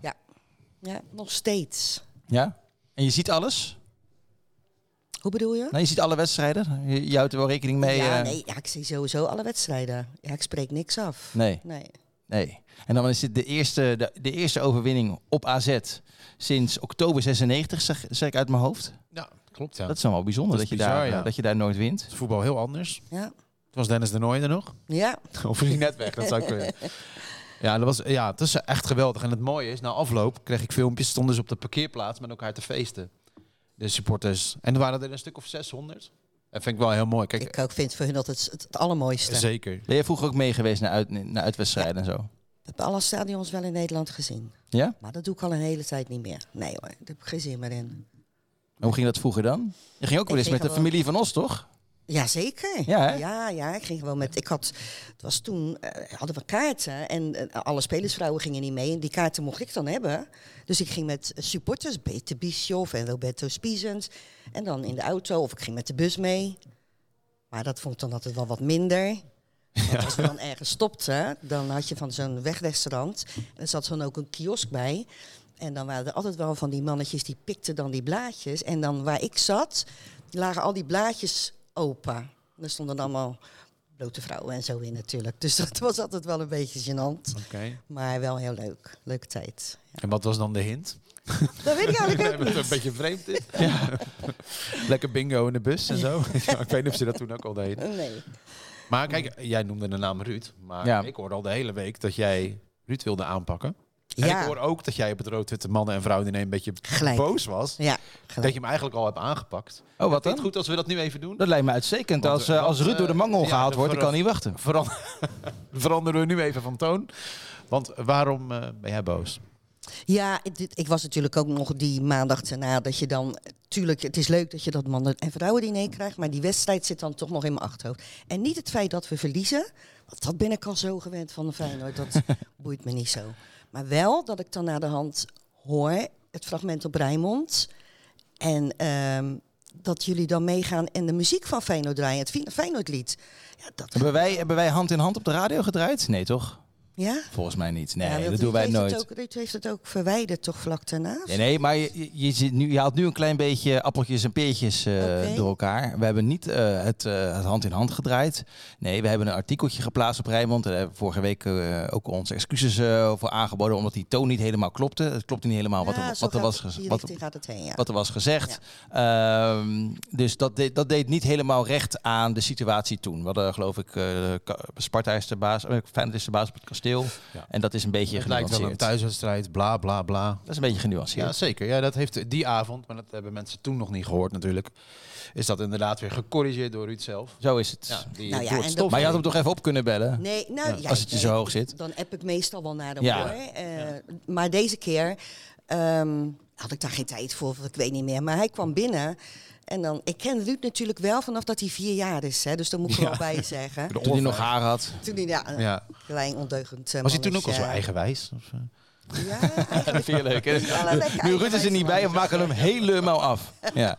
Speaker 3: Ja, nog steeds.
Speaker 2: Ja? En je ziet alles?
Speaker 3: Hoe bedoel je?
Speaker 2: Nou, je ziet alle wedstrijden? Je, je houdt er wel rekening mee?
Speaker 3: ja,
Speaker 2: eh,
Speaker 3: nee, ja, ik zie sowieso alle wedstrijden. Ja, ik spreek niks af.
Speaker 2: nee?
Speaker 3: Nee.
Speaker 2: Nee. En dan is dit de eerste, de, de eerste overwinning op AZ sinds oktober 96, zeg, zeg ik uit mijn hoofd.
Speaker 4: Ja, klopt ja.
Speaker 2: Dat is dan wel bijzonder
Speaker 4: Dat
Speaker 2: dat,
Speaker 4: is
Speaker 2: je daar,
Speaker 4: bizar, ja.
Speaker 2: eh, dat je daar nooit wint.
Speaker 4: Het is voetbal heel anders.
Speaker 3: Ja.
Speaker 4: Het was Dennis de Nooij er nog.
Speaker 3: Ja.
Speaker 4: Of is hij net weg? Dat zou kunnen. Ja, dat was, ja, het is echt geweldig. En het mooie is, na afloop kreeg ik filmpjes. Stonden ze op de parkeerplaats met elkaar te feesten. De supporters. En er waren er een stuk of 600. Dat vind ik wel heel mooi. Kijk,
Speaker 3: Ik ook vind voor hun dat het, het, het allermooiste.
Speaker 4: zeker.
Speaker 2: Ben je vroeger ook mee geweest naar, uit, naar uitwedstrijden en zo?
Speaker 3: Ik heb alle stadions wel in Nederland gezien.
Speaker 2: Ja?
Speaker 3: Maar dat doe ik al een hele tijd niet meer. Nee hoor, daar heb ik geen zin meer in.
Speaker 2: En hoe ging dat vroeger dan? Je ging ook wel eens
Speaker 3: Ik ging
Speaker 2: met de
Speaker 3: gewoon-
Speaker 2: familie van ons, toch?
Speaker 3: Jazeker.
Speaker 2: Ja, hè?
Speaker 3: ja, ja, ik ging gewoon met. Ik had, het was toen, eh, hadden we kaarten en eh, alle spelersvrouwen gingen niet mee. En die kaarten mocht ik dan hebben. Dus ik ging met supporters, Peter Bischoff en Roberto Spiezens. En dan in de auto of ik ging met de bus mee. Maar dat vond ik dan altijd wel wat minder. Want als we dan ergens stopten, dan had je van zo'n wegrestaurant. En er zat dan ook een kiosk bij. En dan waren er altijd wel van die mannetjes die pikten dan die blaadjes. En dan waar ik zat, lagen al die blaadjes open. En er stonden allemaal blote vrouwen en zo in natuurlijk. Dus dat was altijd wel een beetje gênant. Maar wel heel leuk. Leuke tijd.
Speaker 4: En wat was dan de hint?
Speaker 3: Dat weet ik eigenlijk ook
Speaker 4: Hebben we het een beetje vreemd dit? Lekker bingo in de bus en zo. Ja, ik weet niet of ze dat toen ook al deden.
Speaker 3: niet. Nee.
Speaker 4: Maar kijk, jij noemde de naam Ruud. Maar
Speaker 2: Ja.
Speaker 4: ik hoorde al de hele week dat jij Ruud wilde aanpakken. En
Speaker 3: Ja.
Speaker 4: ik hoor ook dat jij op het rood-witte mannen en vrouwen in een beetje
Speaker 3: Gelijk.
Speaker 4: boos was.
Speaker 3: Ja,
Speaker 4: Dat
Speaker 3: gelijk.
Speaker 4: je hem eigenlijk al hebt aangepakt.
Speaker 2: Oh, wat
Speaker 4: Is het
Speaker 2: dan?
Speaker 4: goed als we dat nu even doen?
Speaker 2: Dat lijkt me uitstekend.
Speaker 4: Want,
Speaker 2: als, eh,
Speaker 4: want,
Speaker 2: als Ruud door de
Speaker 4: eh,
Speaker 2: mangel
Speaker 4: ja,
Speaker 2: gehaald
Speaker 4: de
Speaker 2: wordt, ik kan
Speaker 4: verras-
Speaker 2: niet wachten.
Speaker 4: Veran- Veranderen we nu even van toon. Want waarom eh, ben jij boos?
Speaker 3: Ja, dit- ik was natuurlijk ook nog die maandag daarna dat je dan... Tuurlijk, het is leuk dat je dat mannen- en vrouwendiner krijgt... maar die wedstrijd zit dan toch nog in mijn achterhoofd. En niet het feit dat we verliezen, want dat ben ik al zo gewend van de Feyenoord. Dat boeit me niet zo. Maar wel dat ik dan naar de hand hoor, het fragment op Rijnmond... en ehm, dat jullie dan meegaan en de muziek van Feyenoord draaien, het Fey- Feyenoordlied. Ja, dat...
Speaker 2: Hebben wij, hebben wij hand in hand op de radio gedraaid? Nee, toch?
Speaker 3: Ja?
Speaker 2: Volgens mij niet. Nee,
Speaker 3: Ja, want
Speaker 2: dat
Speaker 3: Ruud
Speaker 2: doen wij
Speaker 3: heeft het
Speaker 2: nooit.
Speaker 3: Ook, Ruud heeft het ook verwijderd, toch vlak daarna?
Speaker 2: Nee, nee, maar je, je- je, zit nu, je haalt nu een klein beetje appeltjes en peertjes eh,
Speaker 3: Oké.
Speaker 2: door elkaar. We hebben niet eh, het, eh, het hand in hand gedraaid. Nee, we hebben een artikeltje geplaatst op Rijnmond. En Daar hebben we vorige week eh, ook onze excuses eh, voor aangeboden, omdat die toon niet helemaal klopte. Het klopte niet helemaal Oh, wat,
Speaker 3: Ja,
Speaker 2: er,
Speaker 3: zo
Speaker 2: wat, er
Speaker 3: gaat
Speaker 2: was,
Speaker 3: het-
Speaker 2: gez-
Speaker 3: die
Speaker 2: wat,
Speaker 3: richting gaat het heen, ja.
Speaker 2: wat er was gezegd. Ehm, dus dat deed, dat deed niet helemaal recht aan de situatie toen. We hadden geloof ik, eh, Ka- Sparta is de baas, eh, Feyenoord is de baas op het kasteel.
Speaker 4: Ja.
Speaker 2: En dat is een beetje
Speaker 4: Het lijkt
Speaker 2: genuanceerd.
Speaker 4: wel een thuiswedstrijd, bla bla bla.
Speaker 2: Dat is een beetje genuanceerd.
Speaker 4: Ja, zeker. Ja, dat heeft die avond, maar dat hebben mensen toen nog niet gehoord natuurlijk. Is dat inderdaad weer gecorrigeerd door Ruud zelf.
Speaker 2: Zo is het.
Speaker 4: Ja, die
Speaker 3: Nou ja,
Speaker 4: door het
Speaker 3: en
Speaker 4: stof
Speaker 2: Maar je had
Speaker 4: heen.
Speaker 2: hem toch even op kunnen bellen?
Speaker 3: Nee, nou, ja,
Speaker 2: als het je
Speaker 3: nee,
Speaker 2: zo hoog zit.
Speaker 3: Dan app ik meestal wel naar hem
Speaker 2: Ja.
Speaker 3: hoor. Eh, Maar deze keer ehm, had ik daar geen tijd voor, want ik weet niet meer. Maar hij kwam binnen. En dan, ik ken Ruud natuurlijk wel vanaf dat hij vier jaar is. Hè, dus daar moet ik er wel bij zeggen.
Speaker 2: Toen hij nog haar had.
Speaker 3: Toen hij, ja, een
Speaker 4: Ja.
Speaker 3: klein ondeugend eh,
Speaker 4: Was hij toen ook al
Speaker 3: mannetje.
Speaker 4: zo eigenwijs? Of, eh?
Speaker 3: Ja, eigenlijk
Speaker 2: vind je leuk, hè?
Speaker 3: wel een lekker
Speaker 2: Nu Ruud is er
Speaker 3: eigenwijs
Speaker 2: niet bij, we
Speaker 3: mannetje.
Speaker 2: maken hem helemaal af. Ja.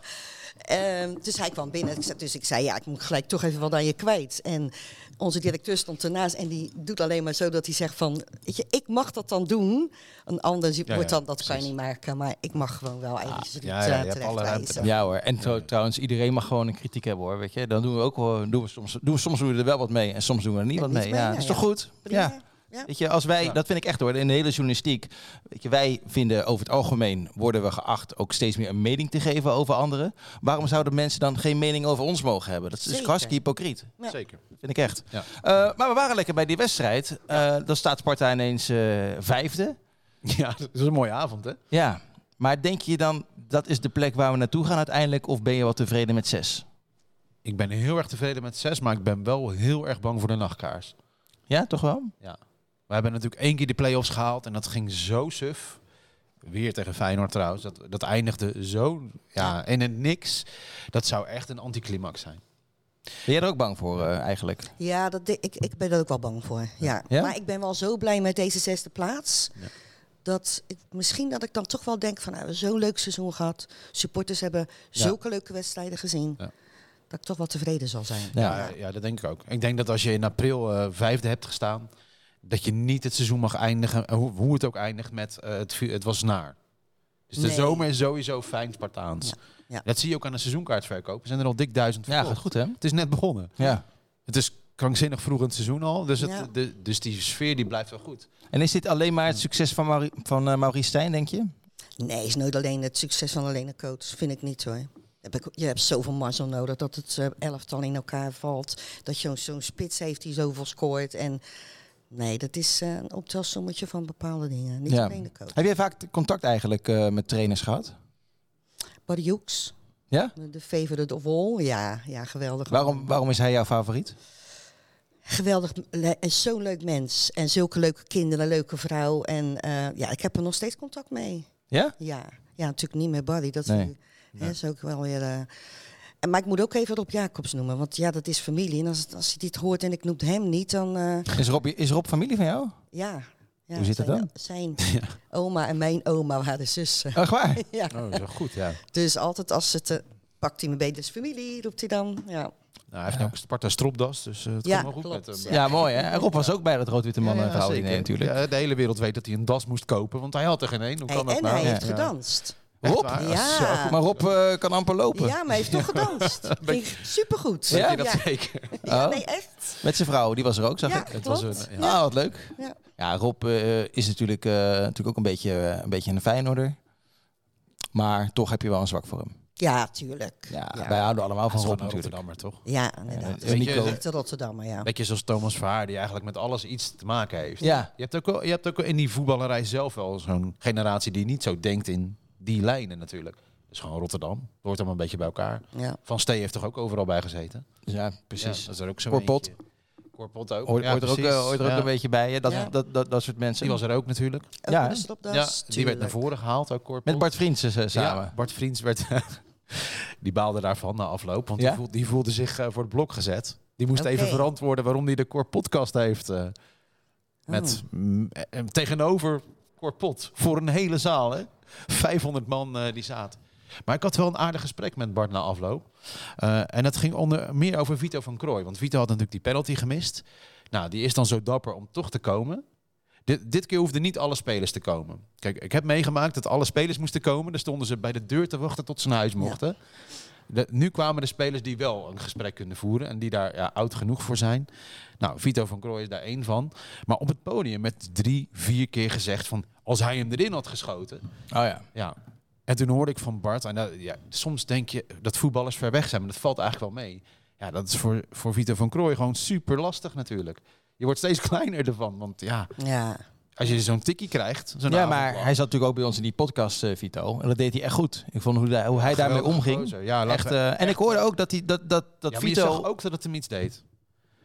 Speaker 3: Ehm, dus hij kwam binnen. Ik zei- Dus ik zei, ja, ik moet gelijk toch even wat aan je kwijt. En onze directeur stond ernaast en die doet alleen maar zo dat hij zegt van... Weet je, ik mag dat dan doen. Een ander ziet-
Speaker 4: Ja,
Speaker 3: wordt
Speaker 4: ja,
Speaker 3: dan, dat kan je niet maken. Maar ik mag gewoon wel eventjes
Speaker 4: ja,
Speaker 3: Ruud, eh,
Speaker 4: ja, je hebt alle
Speaker 3: terechtwijzen.
Speaker 4: ruimte.
Speaker 2: Ja hoor, en tro- trouwens, iedereen mag gewoon een kritiek hebben hoor, weet je. Dan doen we ook wel, doen we soms, doen we, soms doen we er wel wat mee en soms doen we er niet
Speaker 3: En
Speaker 2: wat
Speaker 3: niets
Speaker 2: mee.
Speaker 3: mee,
Speaker 2: Ja,
Speaker 3: nou
Speaker 2: is
Speaker 3: ja.
Speaker 2: toch goed?
Speaker 3: Prima.
Speaker 2: Ja.
Speaker 3: Ja.
Speaker 2: Weet je, als wij, dat vind ik echt hoor, in de hele journalistiek, weet je, wij vinden over het algemeen, worden we geacht ook steeds meer een mening te geven over anderen. Waarom zouden mensen dan geen mening over ons mogen hebben? Dat is dus
Speaker 3: Zeker.
Speaker 2: hartstikke hypocriet.
Speaker 3: Ja.
Speaker 4: Zeker.
Speaker 2: Vind ik echt.
Speaker 4: Ja.
Speaker 2: Eh, maar we waren lekker bij die wedstrijd. Eh, dan staat Sparta ineens eh, vijfde.
Speaker 4: Ja, dat is een mooie avond, hè?
Speaker 2: Ja. Maar denk je dan, dat is de plek waar we naartoe gaan uiteindelijk? Of ben je wel tevreden met zes?
Speaker 4: Ik ben heel erg tevreden met zes, maar ik ben wel heel erg bang voor de nachtkaars.
Speaker 2: Ja, toch wel?
Speaker 4: Ja. We hebben natuurlijk één keer de play-offs gehaald en dat ging zo suf. Weer tegen Feyenoord trouwens. Dat, dat eindigde zo ja, in het niks. Dat zou echt een anticlimax zijn.
Speaker 2: Ben jij er ook bang voor eh, eigenlijk?
Speaker 3: Ja, dat, de- ik, ik ben er ook wel bang voor. Ja.
Speaker 2: Ja?
Speaker 3: Maar ik ben wel zo blij met deze zesde plaats. Dat ik, misschien dat ik dan toch wel denk van nou, we hebben zo'n leuk seizoen gehad. Supporters hebben zulke leuke wedstrijden gezien.
Speaker 4: Ja.
Speaker 3: Dat ik toch wel tevreden zal zijn.
Speaker 2: Ja.
Speaker 4: Ja, ja, dat denk ik ook. Ik denk dat als je in april eh, vijfde hebt gestaan, dat je niet het seizoen mag eindigen, eh, hoe, hoe het ook eindigt, met eh, het, vu- het was naar. Dus de
Speaker 3: Nee.
Speaker 4: zomer is sowieso fijn Spartaans.
Speaker 3: ja.
Speaker 4: Dat zie je ook aan de seizoenkaartverkoop. Er zijn er al dik duizend
Speaker 2: Ja,
Speaker 4: verkocht.
Speaker 2: gaat goed hè?
Speaker 4: Het is net begonnen.
Speaker 2: Ja.
Speaker 4: Het is krankzinnig vroeg in het seizoen al. Dus, het,
Speaker 3: Ja.
Speaker 4: de, dus die sfeer die blijft wel goed.
Speaker 2: En is dit alleen maar het succes van, Mauri van eh, Maurice Stijn, denk je?
Speaker 3: Nee, is nooit alleen het succes van alleen een coach. Vind ik niet hoor. Heb ik- Je hebt zoveel mazzel nodig dat het eh, elftal in elkaar valt. Dat je zo'n spits heeft die zoveel scoort. En nee, dat is eh, een optelsommetje van bepaalde dingen. Niet alleen de coach.
Speaker 2: Heb jij vaak contact eigenlijk eh, met trainers gehad?
Speaker 3: Barry Hoeks,
Speaker 2: Ja?
Speaker 3: de favorite of all. Ja, ja geweldig.
Speaker 2: Waarom, waarom is hij jouw favoriet?
Speaker 3: Geweldig. le- en Zo'n leuk mens. En zulke leuke kinderen, leuke vrouw. En eh, ja, ik heb er nog steeds contact mee.
Speaker 2: Ja?
Speaker 3: Ja, ja natuurlijk niet met Barry. Dat
Speaker 2: Nee.
Speaker 3: is, hè, is ook wel weer... eh, en, maar ik moet ook even Rob Jacobs noemen. Want ja, dat is familie. En als, het- als hij dit hoort en ik noem hem niet, dan... eh,
Speaker 2: Is Rob, is Rob familie van jou? Oh,
Speaker 3: ja. ja.
Speaker 2: Hoe zit dat
Speaker 3: zijn,
Speaker 2: dan?
Speaker 3: Zijn oma en mijn oma waren zussen.
Speaker 2: Echt waar?
Speaker 3: ja.
Speaker 4: Oh, dat is goed, ja.
Speaker 3: Dus altijd als het... eh, pakt hij me bij, dus familie, roept hij dan. Ja.
Speaker 4: Nou, hij heeft nu ook Sparta stropdas, dus eh, het
Speaker 3: Ja,
Speaker 4: komt wel goed
Speaker 3: klopt,
Speaker 4: met
Speaker 3: ja.
Speaker 4: hem.
Speaker 2: Ja, mooi hè? En Rob was ook bij het Rood-Witte Man
Speaker 4: Ja,
Speaker 2: en
Speaker 4: ja,
Speaker 2: Vrouw
Speaker 4: zeker.
Speaker 2: Diner natuurlijk.
Speaker 4: Ja, de hele wereld weet dat hij een das moest kopen, want hij had er geen één. Hoe
Speaker 3: Hey,
Speaker 4: kan dat
Speaker 3: en
Speaker 4: nou?
Speaker 3: hij
Speaker 2: Ja.
Speaker 3: heeft
Speaker 4: Ja.
Speaker 3: gedanst.
Speaker 4: Echt
Speaker 2: Rob?
Speaker 4: waar?
Speaker 3: Ja.
Speaker 4: Zo,
Speaker 2: Maar Rob eh, kan amper lopen.
Speaker 3: Ja, maar hij heeft toch gedanst. Ging supergoed.
Speaker 2: Ja?
Speaker 4: weet je dat
Speaker 3: ja.
Speaker 4: zeker?
Speaker 3: Ja,
Speaker 2: Oh.
Speaker 3: nee, echt.
Speaker 2: Met zijn vrouw, die was er ook, zag
Speaker 3: Ja,
Speaker 2: ik.
Speaker 3: klopt.
Speaker 4: was een- ja.
Speaker 2: Ja, ah, wat leuk. Ja,
Speaker 3: Ja.
Speaker 2: Rob eh, is natuurlijk, eh, natuurlijk ook een beetje, eh, een beetje een Feyenoorder. Maar toch heb je wel een zwak voor hem.
Speaker 3: Ja, tuurlijk.
Speaker 2: Ja,
Speaker 3: ja.
Speaker 2: wij houden allemaal van
Speaker 4: Hij is
Speaker 2: Rob
Speaker 4: gewoon een
Speaker 2: natuurlijk.
Speaker 4: Rotterdammer, toch?
Speaker 3: Ja, inderdaad.
Speaker 2: Ja, Nico.
Speaker 3: Een echte Rotterdammer, ja.
Speaker 4: Beetje zoals Thomas Verhaar, die eigenlijk met alles iets te maken heeft.
Speaker 2: Ja.
Speaker 4: Je, hebt ook wel, je hebt ook wel in die voetballerij zelf wel zo'n generatie die niet zo denkt in die lijnen natuurlijk. Dus gewoon Rotterdam. Het hoort allemaal een beetje bij elkaar.
Speaker 3: Ja.
Speaker 4: Van Stee heeft toch ook overal bij gezeten?
Speaker 2: Ja, precies.
Speaker 4: Ja, dat is er ook zo
Speaker 2: Korpot.
Speaker 4: Korpot ook.
Speaker 2: Hoort,
Speaker 4: Ja,
Speaker 2: hoort er ook,
Speaker 4: precies.
Speaker 2: eh, hoort er ook
Speaker 4: Ja.
Speaker 2: een beetje bij, hè? Dat,
Speaker 3: Ja.
Speaker 2: dat, dat, dat soort mensen.
Speaker 4: Die was er ook natuurlijk.
Speaker 3: Ook
Speaker 2: Ja,
Speaker 3: met
Speaker 2: hè?
Speaker 3: een stropdas,
Speaker 4: ja, die
Speaker 3: tuurlijk.
Speaker 4: werd naar voren gehaald ook Korpot.
Speaker 2: Met Bart Vriends eh, samen.
Speaker 4: Ja, Bart Vriends werd... die baalde daarvan na afloop, want
Speaker 2: Ja?
Speaker 4: die, voelde, die voelde zich eh, voor het blok gezet. Die moest
Speaker 3: Oké.
Speaker 4: even verantwoorden waarom hij de Korpodcast heeft. eh, met mm, eh, eh, tegenover Korpot voor een hele zaal. Hè? 500 man eh, die zaten. Maar ik had wel een aardig gesprek met Bart na afloop. Eh, en dat ging onder meer over Vito van Krooi. Want Vito had natuurlijk die penalty gemist. Nou, die is dan zo dapper om toch te komen. Dit, dit keer hoefden niet alle spelers te komen. Kijk, ik heb meegemaakt dat alle spelers moesten komen. Dan stonden ze bij de deur te wachten tot ze naar huis mochten. De- nu kwamen de spelers die wel een gesprek kunnen voeren. En die daar ja, oud genoeg voor zijn. Nou, Vito van Krooi is daar één van. Maar op het podium met drie, vier keer gezegd van... Als hij hem erin had geschoten,
Speaker 2: Oh ja.
Speaker 4: ja. En toen hoorde ik van Bart, en dat- ja, soms denk je dat voetballers ver weg zijn, maar dat valt eigenlijk wel mee. Ja, dat is voor, voor Vito van Krooi gewoon super lastig natuurlijk. Je wordt steeds kleiner ervan, want ja,
Speaker 3: Ja.
Speaker 4: als je zo'n tikkie krijgt, zo'n
Speaker 2: ja,
Speaker 4: avond
Speaker 2: maar
Speaker 4: lang-
Speaker 2: hij zat natuurlijk ook bij ons in die podcast, eh, Vito. En dat deed hij echt goed. Ik vond hoe, hij- hoe hij daarmee
Speaker 4: Geweldige
Speaker 2: omging.
Speaker 4: gozer. Ja, laten
Speaker 2: Echt,
Speaker 4: we-
Speaker 2: eh, en ik hoorde ook dat, hij, dat, dat, dat
Speaker 4: ja, maar je
Speaker 2: Vito...
Speaker 4: zag ook dat het hem iets deed.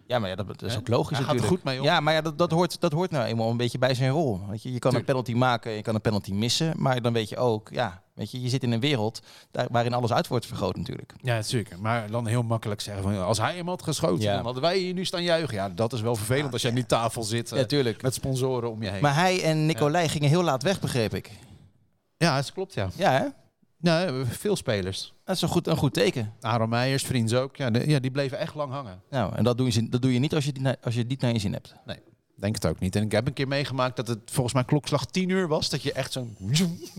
Speaker 2: Ja, maar ja, dat, dat is
Speaker 4: Hè?
Speaker 2: ook logisch
Speaker 4: Hij gaat er
Speaker 2: natuurlijk.
Speaker 4: goed mee om.
Speaker 2: Ja, maar ja, dat, dat, hoort, dat hoort nou eenmaal een beetje bij zijn rol. Weet je, je kan een
Speaker 4: Tuurlijk.
Speaker 2: penalty maken, je kan een penalty missen. Maar dan weet je ook, ja, weet je, je zit in een wereld daar, waarin alles uit wordt vergroot natuurlijk.
Speaker 4: Ja, zeker. Maar dan heel makkelijk zeggen van, als hij hem had geschoten,
Speaker 2: Ja.
Speaker 4: dan hadden wij hier nu staan juichen. Ja, dat is wel vervelend als jij aan die tafel zit eh,
Speaker 2: Ja, tuurlijk.
Speaker 4: met sponsoren om je heen.
Speaker 2: Maar hij en Nicolai gingen heel laat weg, begreep ik.
Speaker 4: ja, dat klopt, ja.
Speaker 2: Ja, hè?
Speaker 4: Nee, veel spelers.
Speaker 2: Dat is een goed, een goed teken.
Speaker 4: Aaron Meijers, vriends ook. Ja, de- ja, die bleven echt lang hangen.
Speaker 2: Nou, en dat doe je, dat doe je niet als je, die, als je niet naar je zin hebt.
Speaker 4: Denk het ook niet. En ik heb een keer meegemaakt dat het volgens mij klokslag 10 uur was. Dat je echt zo'n...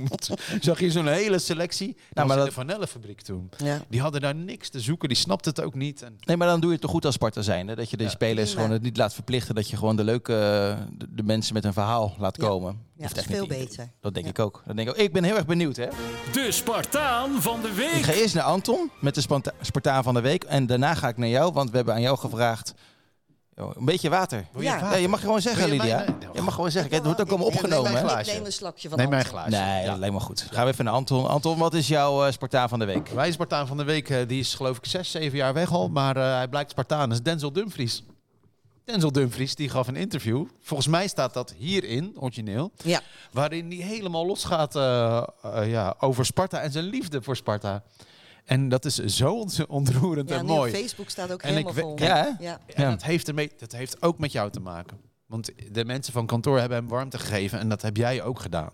Speaker 4: zag je zo'n hele selectie. Nou, maar
Speaker 2: maar
Speaker 4: dat...
Speaker 2: dat-
Speaker 4: was in de vanellenfabriek toen.
Speaker 3: Ja.
Speaker 4: Die hadden daar niks te zoeken. Die snapte het ook niet. En
Speaker 2: Nee, maar dan doe je het toch goed als Sparta zijn. Hè? Dat je de
Speaker 4: Ja.
Speaker 2: spelers
Speaker 3: Ja.
Speaker 2: gewoon het niet laat verplichten. Dat je gewoon de leuke eh, de, de mensen met een verhaal laat
Speaker 3: Ja.
Speaker 2: komen.
Speaker 3: Ja,
Speaker 2: Hoeft
Speaker 3: dat is
Speaker 2: echt niet
Speaker 3: veel
Speaker 2: iedereen.
Speaker 3: beter.
Speaker 2: Dat denk
Speaker 3: Ja.
Speaker 2: ik ook. Dat denk ik, ook. ik ben heel erg benieuwd. Hè?
Speaker 1: De Spartaan van de
Speaker 2: Ik ga
Speaker 1: week.
Speaker 2: eerst naar Anton met de Spanta- Spartaan van de week. En daarna ga ik naar jou, want we hebben aan jou gevraagd. Yo, een beetje water.
Speaker 4: Wil je
Speaker 3: Ja.
Speaker 2: Ja,
Speaker 4: water?
Speaker 2: je mag gewoon zeggen,
Speaker 4: Wil je
Speaker 2: Lydia.
Speaker 4: mij- nee,
Speaker 2: Je mag gewoon zeggen. Het wordt ook allemaal
Speaker 4: ik- neem
Speaker 2: opgenomen.
Speaker 4: mijn
Speaker 2: hè?
Speaker 4: glaasje.
Speaker 3: Ik neem een slokje van
Speaker 4: Neem mijn
Speaker 3: Anton.
Speaker 4: glaasje.
Speaker 2: Nee,
Speaker 4: Ja.
Speaker 2: dat lijkt me goed. Gaan we even naar Anton. Anton, wat is jouw eh, Spartaan van de week?
Speaker 4: Wij Spartaan van de Week, eh, die is geloof ik zes, zeven jaar weg al. Maar eh, hij blijkt Spartaan, Dat is Denzel Dumfries. Denzel Dumfries, die gaf een interview. Volgens mij staat dat hierin, origineel.
Speaker 3: Ja,
Speaker 4: Waarin hij helemaal losgaat eh, eh, ja, over Sparta en zijn liefde voor Sparta. En dat is zo ont- ontroerend
Speaker 3: ja
Speaker 4: en
Speaker 3: nu op
Speaker 4: mooi.
Speaker 3: Facebook staat ook
Speaker 4: En ik
Speaker 3: helemaal
Speaker 4: we-
Speaker 3: vol.
Speaker 2: Ja, hè?
Speaker 3: ja.
Speaker 4: En
Speaker 2: Ja.
Speaker 4: dat, heeft ermee, dat heeft ook met jou te maken. Want de mensen van kantoor hebben hem warmte gegeven en dat heb jij ook gedaan.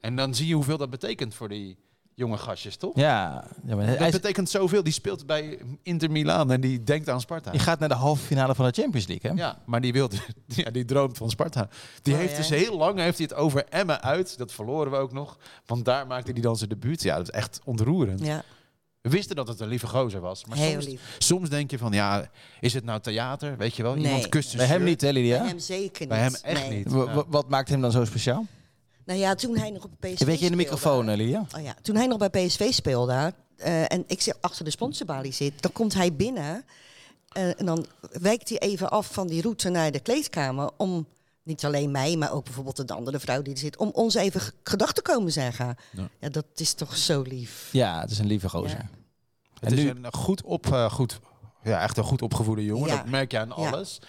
Speaker 4: En dan zie je hoeveel dat betekent voor die jonge gastjes, toch?
Speaker 2: Ja, ja maar hij
Speaker 4: Dat
Speaker 2: is-
Speaker 4: betekent zoveel. Die speelt bij Inter Milaan en die denkt aan Sparta.
Speaker 2: je gaat naar de halve finale van de Champions League, hè?
Speaker 4: Ja, maar die, wilde, ja, die droomt van Sparta. Die
Speaker 3: Oh,
Speaker 4: heeft
Speaker 3: ja.
Speaker 4: dus heel lang heeft hij het over Emmen uit. Dat verloren we ook nog. Want daar maakte hij dan zijn debuut. Ja, dat is echt ontroerend.
Speaker 3: ja.
Speaker 4: We wisten dat het een lieve gozer was. Maar
Speaker 3: Heel
Speaker 4: soms,
Speaker 3: lief.
Speaker 4: soms denk je van, ja, is het nou theater? Weet je wel,
Speaker 3: Nee.
Speaker 4: iemand kust een
Speaker 2: Bij hem
Speaker 4: shirt.
Speaker 2: niet, hè, Lydia?
Speaker 3: Bij hem zeker niet.
Speaker 4: Bij hem echt
Speaker 3: Nee.
Speaker 4: niet.
Speaker 2: W-
Speaker 4: Ja.
Speaker 2: w- Wat maakt hem dan zo speciaal?
Speaker 3: Nou ja, toen hij nog op PSV
Speaker 2: Een beetje in de
Speaker 3: speelde-
Speaker 2: microfoon,
Speaker 4: eh?
Speaker 2: hè, Lydia.
Speaker 3: Oh ja, toen hij nog bij PSV speelde eh, en ik zit achter de sponsorbalie zit, dan komt hij binnen eh, en dan wijkt hij even af van die route naar de kleedkamer om niet alleen mij, maar ook bijvoorbeeld de andere vrouw die er zit, om ons even g- gedag te komen zeggen. Ja. dat is toch zo lief.
Speaker 2: Ja, het is een lieve gozer. En
Speaker 4: Het is
Speaker 2: nu-
Speaker 4: een goed op, eh, goed, ja, echt een goed opgevoede jongen.
Speaker 3: Ja.
Speaker 4: Dat merk je aan
Speaker 3: Ja.
Speaker 4: alles.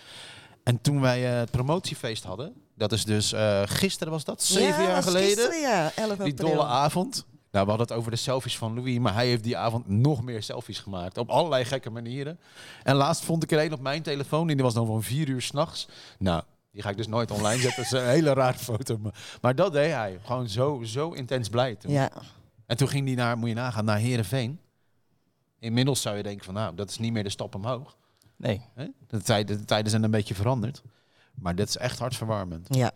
Speaker 4: En toen wij eh, het promotiefeest hadden, dat is dus eh, gisteren was dat,
Speaker 3: Ja,
Speaker 4: zeven jaar
Speaker 3: was
Speaker 4: geleden.
Speaker 3: Gisteren, ja, 11 april.
Speaker 4: Die dolle avond. Nou, we hadden het over de selfies van Louis, maar hij heeft die avond nog meer selfies gemaakt. Op allerlei gekke manieren. En laatst vond ik er een op mijn telefoon en die was dan van vier uur s'nachts. Nou, die ga ik dus nooit online zetten. Dat is een hele rare foto. Maar, maar dat deed hij. Gewoon zo, zo intens blij toen.
Speaker 3: Ja,
Speaker 4: En toen ging hij naar, moet je nagaan, naar Herenveen. Inmiddels zou je denken van, nou, dat is niet meer de stap omhoog.
Speaker 2: Nee.
Speaker 4: Hè? De, tijden, de tijden zijn een beetje veranderd. Maar dit is echt hartverwarmend.
Speaker 3: ja.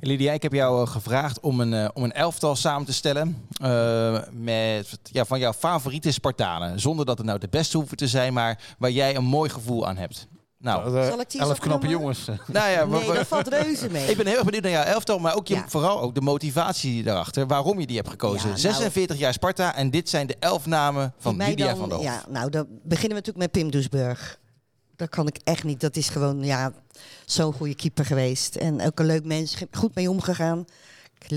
Speaker 2: Lydia, ik heb jou eh, gevraagd om een, eh, om een elftal samen te stellen eh, met, ja, van jouw favoriete Spartanen. Zonder dat het nou de beste hoeven te zijn, maar waar jij een mooi gevoel aan hebt. Nou,
Speaker 4: Eh,
Speaker 3: Zal ik die eens
Speaker 4: elf knappe
Speaker 3: opnoemen?
Speaker 4: jongens.
Speaker 2: nou ja, maar-
Speaker 3: Nee, dat valt reuze mee.
Speaker 2: ik ben heel erg benieuwd naar jouw elftal, maar ook je,
Speaker 3: Ja.
Speaker 2: vooral ook de motivatie daarachter. Waarom je die hebt gekozen.
Speaker 3: Ja, nou-
Speaker 2: 46 jaar Sparta en dit zijn de elf namen van
Speaker 3: mij
Speaker 2: Lydia
Speaker 3: dan-
Speaker 2: van der Hof.
Speaker 3: Ja, nou, dan beginnen we natuurlijk met Pim Doesburg. Dat kan ik echt niet. Dat is gewoon ja, zo'n goede keeper geweest. En ook een leuk mens, ge- goed mee omgegaan.